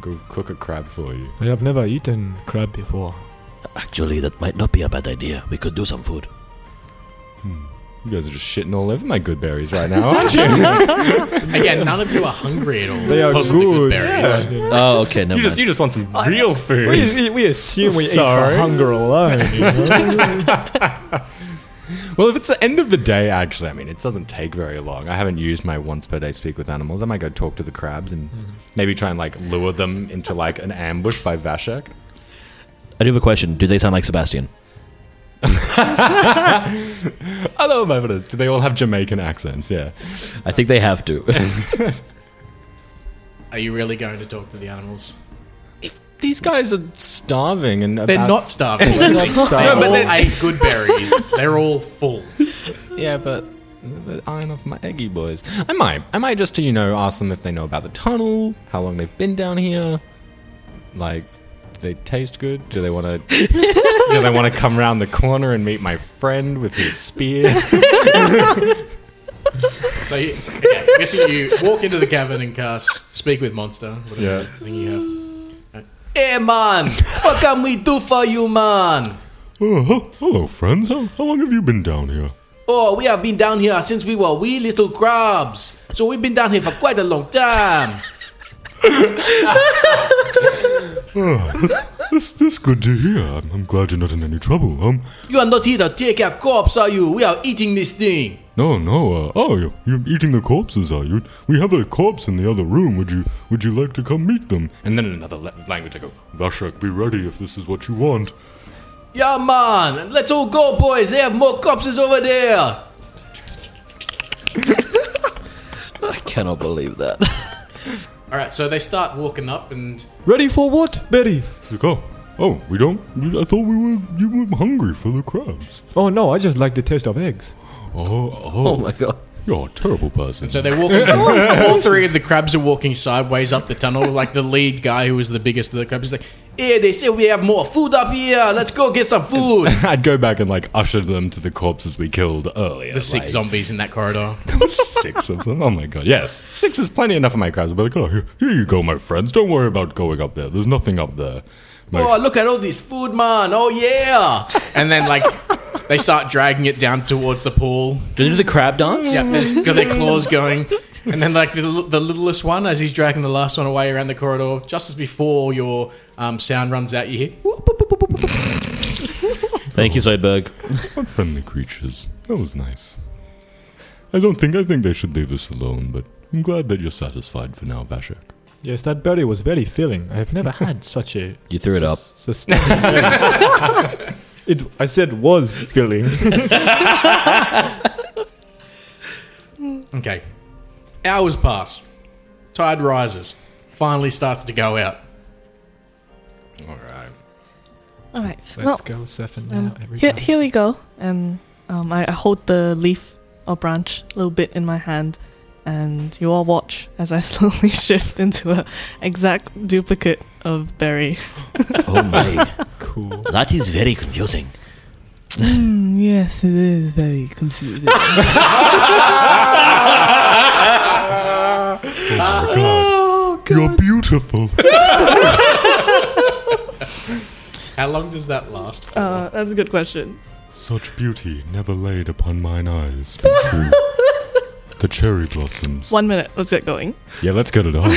B: Go cook a crab for you.
C: I have never eaten crab before.
G: Actually, that might not be a bad idea. We could do some food.
B: You guys are just shitting all over my good berries right now, aren't
A: [LAUGHS]
B: you?
A: Again, none of you are hungry at all.
C: They are
A: because of the
C: good.
A: berries.
C: yeah.
D: oh, okay. No.
B: you just you just want some real food.
C: We, we assume we eat
B: Sorry.
C: for hunger alone. you know?
B: Well, if it's the end of the day, actually, I mean, it doesn't take very long. I haven't used my once per day speak with animals. I might go talk to the crabs and
A: Mm-hmm.
B: maybe try and like lure them into like an ambush by Vashek.
D: I do have a question. Do they sound like Sebastian?
B: Hello, my brothers. Do they all have Jamaican accents? Yeah.
D: I think they have [LAUGHS] to.
A: Are you really going to talk to the animals?
B: These guys are starving and
A: They're
B: about-
A: not starving.
B: Um, [LAUGHS] They're not
A: They
B: starving.
A: all ate good berries. They're all full.
B: Yeah, but the iron off my eggy boys. I might. I might just to, you know, ask them if they know about the tunnel, how long they've been down here. Like, do they taste good? Do they want to Do they want to come round the corner and meet my friend with his spear?
A: So, you, okay, I'm guessing you walk into the cavern and cast Speak with Monster, whatever
B: Yeah.
A: it is the thing you have. Hey, man! What can we do for you, man?
F: Oh, hel- hello, friends. How, how long have you been down here?
A: Oh, we have been down here since we were wee little crabs. So we've been down here for quite a long time.
F: "Uh, This this good to hear. I'm, I'm glad you're not in any trouble. Um,
A: You are not here to take our corpse, are you? We are eating this thing.
F: no, no. Uh, oh, you, you're eating the corpses, are you? We have a corpse in the other room. Would you Would you like to come meet them?
B: And then in another la- language I go,
F: Vashak, be ready if this is what you want.
A: Yeah, man. Let's all go, boys. They have more corpses over there.
D: I cannot believe that.
A: All right, so they start walking up, and
C: Ready for what, Betty?
F: Like, oh, oh, we don't. you- I thought we were. You were hungry for the crabs.
C: Oh no, I just like the taste of eggs.
F: Oh, oh,
D: Oh my god.
F: you're a terrible person.
A: so they're walking. all three of the crabs are walking sideways up the tunnel. Like the lead guy, who was the biggest of the crabs, is like, "Yeah, they say we have more food up here. Let's go get some food."
B: [LAUGHS] I'd go back and like usher them to the corpses we killed earlier.
A: The six
B: like,
A: zombies in that corridor.
B: six of them. Oh my god, yes, six is plenty enough of my crabs.
F: I'll be like, oh, here, here you go, my friends. Don't worry about going up there. There's nothing up there. My
A: Oh, look at all this food, man. Oh, yeah. And then, like, they start dragging it down towards the pool.
D: Do they do the crab dance?
A: Yeah, there's got their claws going. And then, like, the, the littlest one, as he's dragging the last one away around the corridor, just as before your um, sound runs out, you hear. "Whoop, whoop, whoop, whoop, whoop, whoop."
D: Thank you, Zoidberg.
F: What friendly creatures. That was nice. I don't think I think they should leave this alone, but I'm glad that you're satisfied for now, Vashek.
C: Yes, that berry was very filling. I have never had such a
D: You threw it [LAUGHS] up.
C: sustained. [LAUGHS] it, I said was filling.
A: Okay. Hours pass. Tide rises. Finally starts to go out.
F: All right.
E: All right.
C: [LAUGHS]
E: Well,
C: Let's go surfing now.
E: um, here, here we go. And um, I, I hold the leaf or branch a little bit in my hand, and you all watch as I [LAUGHS] slowly shift into a exact duplicate of Berry.
G: Oh my,
C: [LAUGHS] cool.
G: that is very confusing.
E: Hmm, yes, it is very [LAUGHS] confusing.
F: Oh my Oh, god. You're beautiful.
A: How long does that last? For?
E: uh, that's a good question.
F: Such beauty never laid upon mine eyes. but
E: [LAUGHS]
F: true. the cherry blossoms.
E: One minute. Let's get going.
F: Yeah, let's get it on.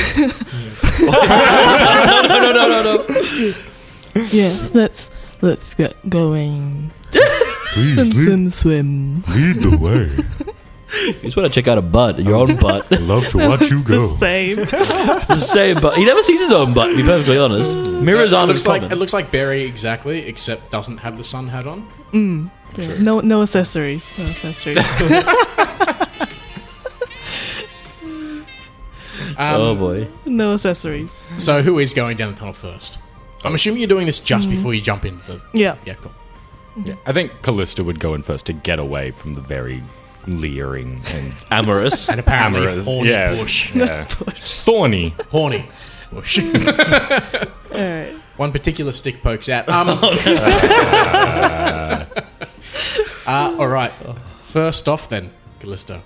E: yes, let's let's get going.
F: Please lead,
E: swim.
F: lead the way.
D: You just want to check out a butt,
G: [LAUGHS]
D: your own butt.
F: I
E: [LAUGHS]
F: love to watch you
E: the
F: go.
E: same.
D: the same butt. He never sees his own butt, to be perfectly honest.
A: Mm.
D: Mirrors
A: it
D: aren't
A: looks like
D: uncommon.
A: it looks like Barry exactly, except doesn't have the sun hat on.
E: Mm. yeah. No, no accessories. No accessories.
A: Um,
D: oh boy.
E: no accessories.
A: So who is going down the tunnel first? I'm assuming you're doing this just before you jump in. The,
E: Yeah.
A: yeah, cool.
B: Yeah, I think Callista would go in first to get away from the very leering and
D: Amorous.
A: And apparently
B: Amorous,
A: horny
B: yeah.
A: bush,
B: yeah. thorny.
A: horny
D: [LAUGHS]
A: bush.
E: All right.
A: One particular stick pokes out. Um, [LAUGHS]
D: [LAUGHS]
A: uh, all right. First off, then, Callista,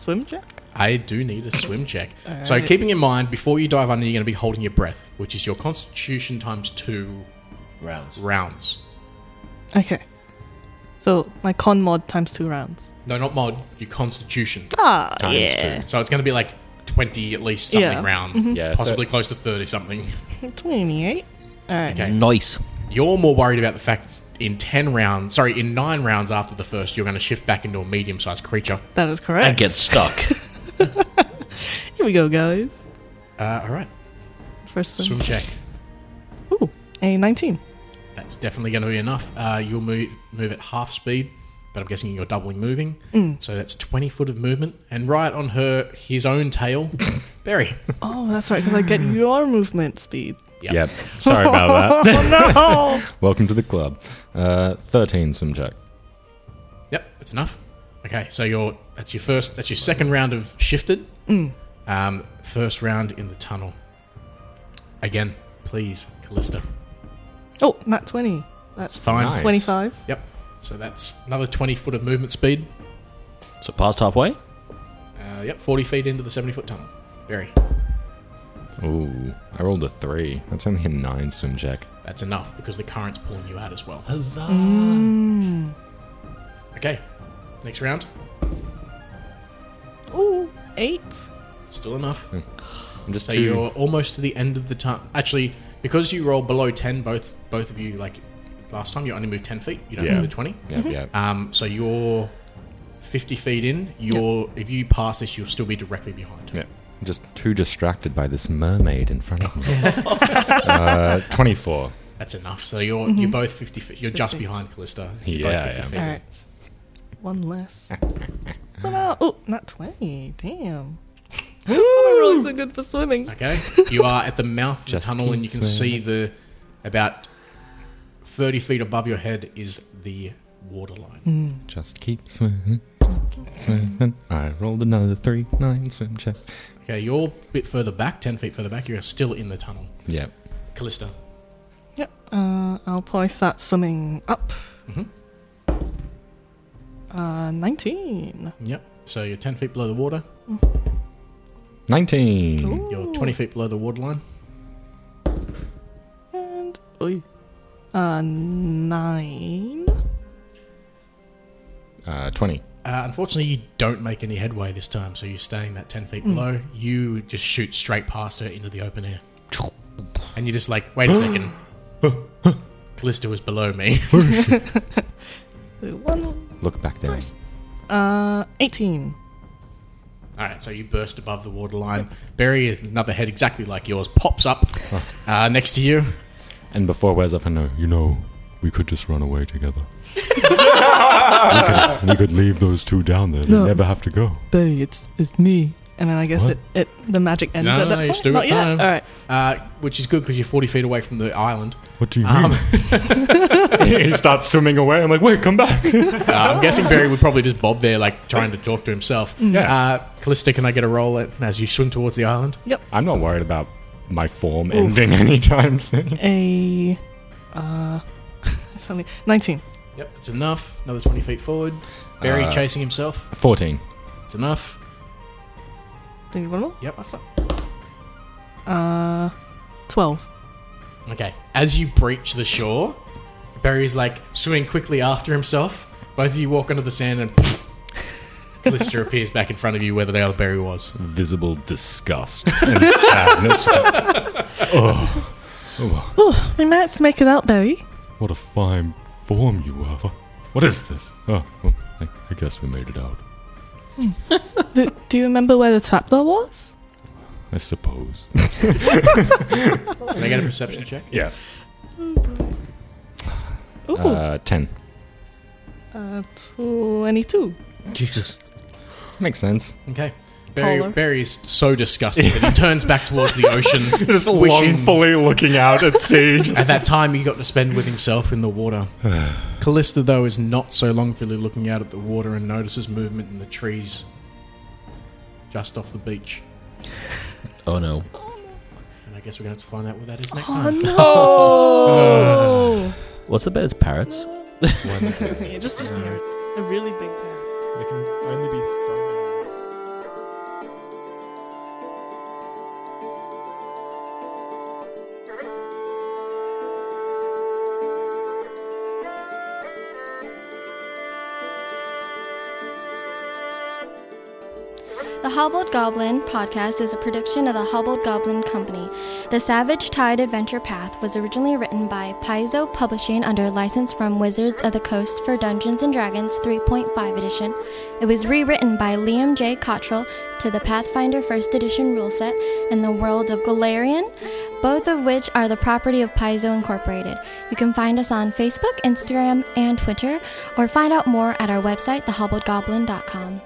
E: Swim jack.
A: I do need a swim check.
E: [LAUGHS] All
A: So,
E: right.
A: keeping in mind, before you dive under, you're going to be holding your breath, which is your Constitution times two
D: Rounds.
A: rounds.
E: Okay. So my con mod times two rounds.
A: No, not mod. Your Constitution.
E: Ah,
B: Times
E: yeah.
A: So it's going to be like twenty at least something
E: Yeah. Mm-hmm.
A: rounds,
B: Yeah,
A: possibly close to thirty something.
E: Twenty-eight. All right.
A: [LAUGHS] Okay.
D: Nice.
A: You're more worried about the fact that in ten rounds, sorry, in nine rounds after the first, you're going to shift back into a medium-sized creature.
E: That is correct.
D: And get stuck.
A: [LAUGHS]
E: Here we go, guys.
A: Uh, all right,
E: First swim.
A: swim check.
E: Ooh, a nineteen.
A: That's definitely going to be enough. Uh, you'll move move at half speed, but I'm guessing you're doubling moving. So that's 20 foot of movement. And right on her his own tail, Barry.
E: Oh, that's right. Because I get your movement speed.
A: Yep.
B: Yep. Sorry about
E: [LAUGHS]
B: that.
E: Oh,
B: Welcome to the club. Uh, Thirteen swim check.
A: Yep, that's enough. Okay, so your that's your first that's your second round of shifted. Um, first round in the tunnel. Again, please, Callista.
E: oh, not twenty. That's
A: That's fine.
B: Nice.
E: twenty-five.
A: Yep. So that's another 20 foot of movement speed.
D: So past halfway?
A: Uh, yep, 40 feet into the 70 foot tunnel. Barry,
B: Ooh, I rolled a three. That's only a nine swim check.
A: that's enough because the current's pulling you out as well.
D: Huzzah.
A: Okay, next round.
E: Ooh, eight.
A: Still enough.
B: I'm just
A: So
B: too.
A: you're almost to the end of the tunnel. Actually, because you roll below ten, both both of you like last time, you only move ten feet. You don't
B: Yeah.
A: move the twenty.
B: yeah,
A: [LAUGHS]
B: yeah.
A: Um, so you're fifty feet in. You're if you pass this, you'll still be directly behind.
B: yeah. I'm just too distracted by this mermaid in front of me. uh, Twenty-four.
A: That's enough. So you're you're both fifty feet. You're just behind Callista. You're
B: Yeah, I
A: both
B: am.
A: fifty
E: All
A: feet. in.
E: right. One less. so now, oh, not 20. Damn. [LAUGHS] Oh, My roll is so good for swimming.
A: Okay, you are at the mouth of the
B: Just
A: tunnel, and you
B: keep
A: can see the
B: swimming.
A: about thirty feet above your head is the water line.
B: Just keep swimming. Just keep swimming. I rolled another three. Nine swim check.
A: Okay, you're a bit further back, ten feet further back. You're still in the tunnel,
B: Yeah.
A: Callista.
E: Yep. Uh, I'll probably start swimming up.
A: Mhm.
E: Uh, 19.
A: Yep. So you're 10 feet below the water.
B: Nineteen.
A: You're 20 feet below the water line.
E: And, oi. Uh, 9.
B: Uh, Twenty.
A: Uh, unfortunately, you don't make any headway this time, so you're staying that 10
E: Hmm.
A: feet below. You just shoot
E: [GASPS]
A: straight past her into the open air. And you're just like, wait a second. Callisto is below
E: [LAUGHS]
A: me.
E: One,
B: Look back down.
E: uh, 18.
A: All right, so you burst above the waterline. Bury another head exactly like yours pops up uh, next to you.
B: And before it wears off, I know.
F: You know, we could just run away together. we, could, we could leave those two down there. They
E: No.
F: never have to go.
E: Bay, it's, it's me. And then I guess
F: What?
E: it, it the magic ends
A: No,
E: at
A: no,
E: that
A: no, you
E: point.
A: still got
E: Not yet.
A: time.
E: All right.
A: Uh, which is good because you're 40 feet away from the
E: [LAUGHS]
A: island.
F: What do you
A: Um,
F: mean?
B: [LAUGHS] he starts swimming away. I'm like, wait, come back.
A: Uh, I'm guessing Barry would probably just bob there, like trying to talk to himself.
B: Yeah.
A: Uh, Callista, can I get a roll at, as you swim towards the island?
B: [LAUGHS] I'm not worried about my form ending [LAUGHS] anytime soon.
E: A. Uh, [LAUGHS] suddenly. 19.
A: Yep, it's enough. Another 20 feet forward. Barry
B: Uh,
A: chasing himself.
B: 14.
A: It's enough.
E: Do you need one more?
A: Yep.
E: Last one. Uh, 12.
A: Okay. As you breach the shore, Barry's like swimming quickly after himself. Both of you walk under the sand and [LAUGHS] Callista appears back in front of you where the other Barry was.
B: Visible disgust and sadness.
E: We managed to make it out, Barry.
F: What a fine form you have. What is this? Oh, well, I, I guess we made it out.
E: Do, do you remember where the trapdoor was?
F: I suppose.
A: Can I get a perception check?
B: [LAUGHS] Yeah.
E: Ooh.
B: Uh, 10.
E: Uh, 22.
D: Jesus.
B: Makes sense.
A: Okay. Barry,
E: Taller.
A: Barry's so disgusted that he turns back towards the
B: [LAUGHS]
A: ocean.
B: Just
A: Wishing-
B: looking out at sea.
A: At that time, he got to spend with himself in the water. Callista, though, is not so longfully looking out at the water and notices movement in the trees just off the beach.
D: Oh no.
A: And I guess we're going to have to find out what that is next
E: Oh,
A: time. [LAUGHS]
E: no!
D: What's the best? Parrots?
E: Yeah, just, just parrot. A really big parrot.
C: There can only be so many.
I: The Hobbled Goblin podcast is a production of the Hobbled Goblin Company. The Savage Tide Adventure Path was originally written by Paizo Publishing under license from Wizards of the Coast for Dungeons and Dragons 3.5 edition. It was rewritten by Liam J. Cottrell to the Pathfinder 1st edition rule set and the world of Galarian, both of which are the property of Paizo Incorporated. You can find us on Facebook, Instagram, and Twitter, or find out more at our website, thehobbledgoblin.com.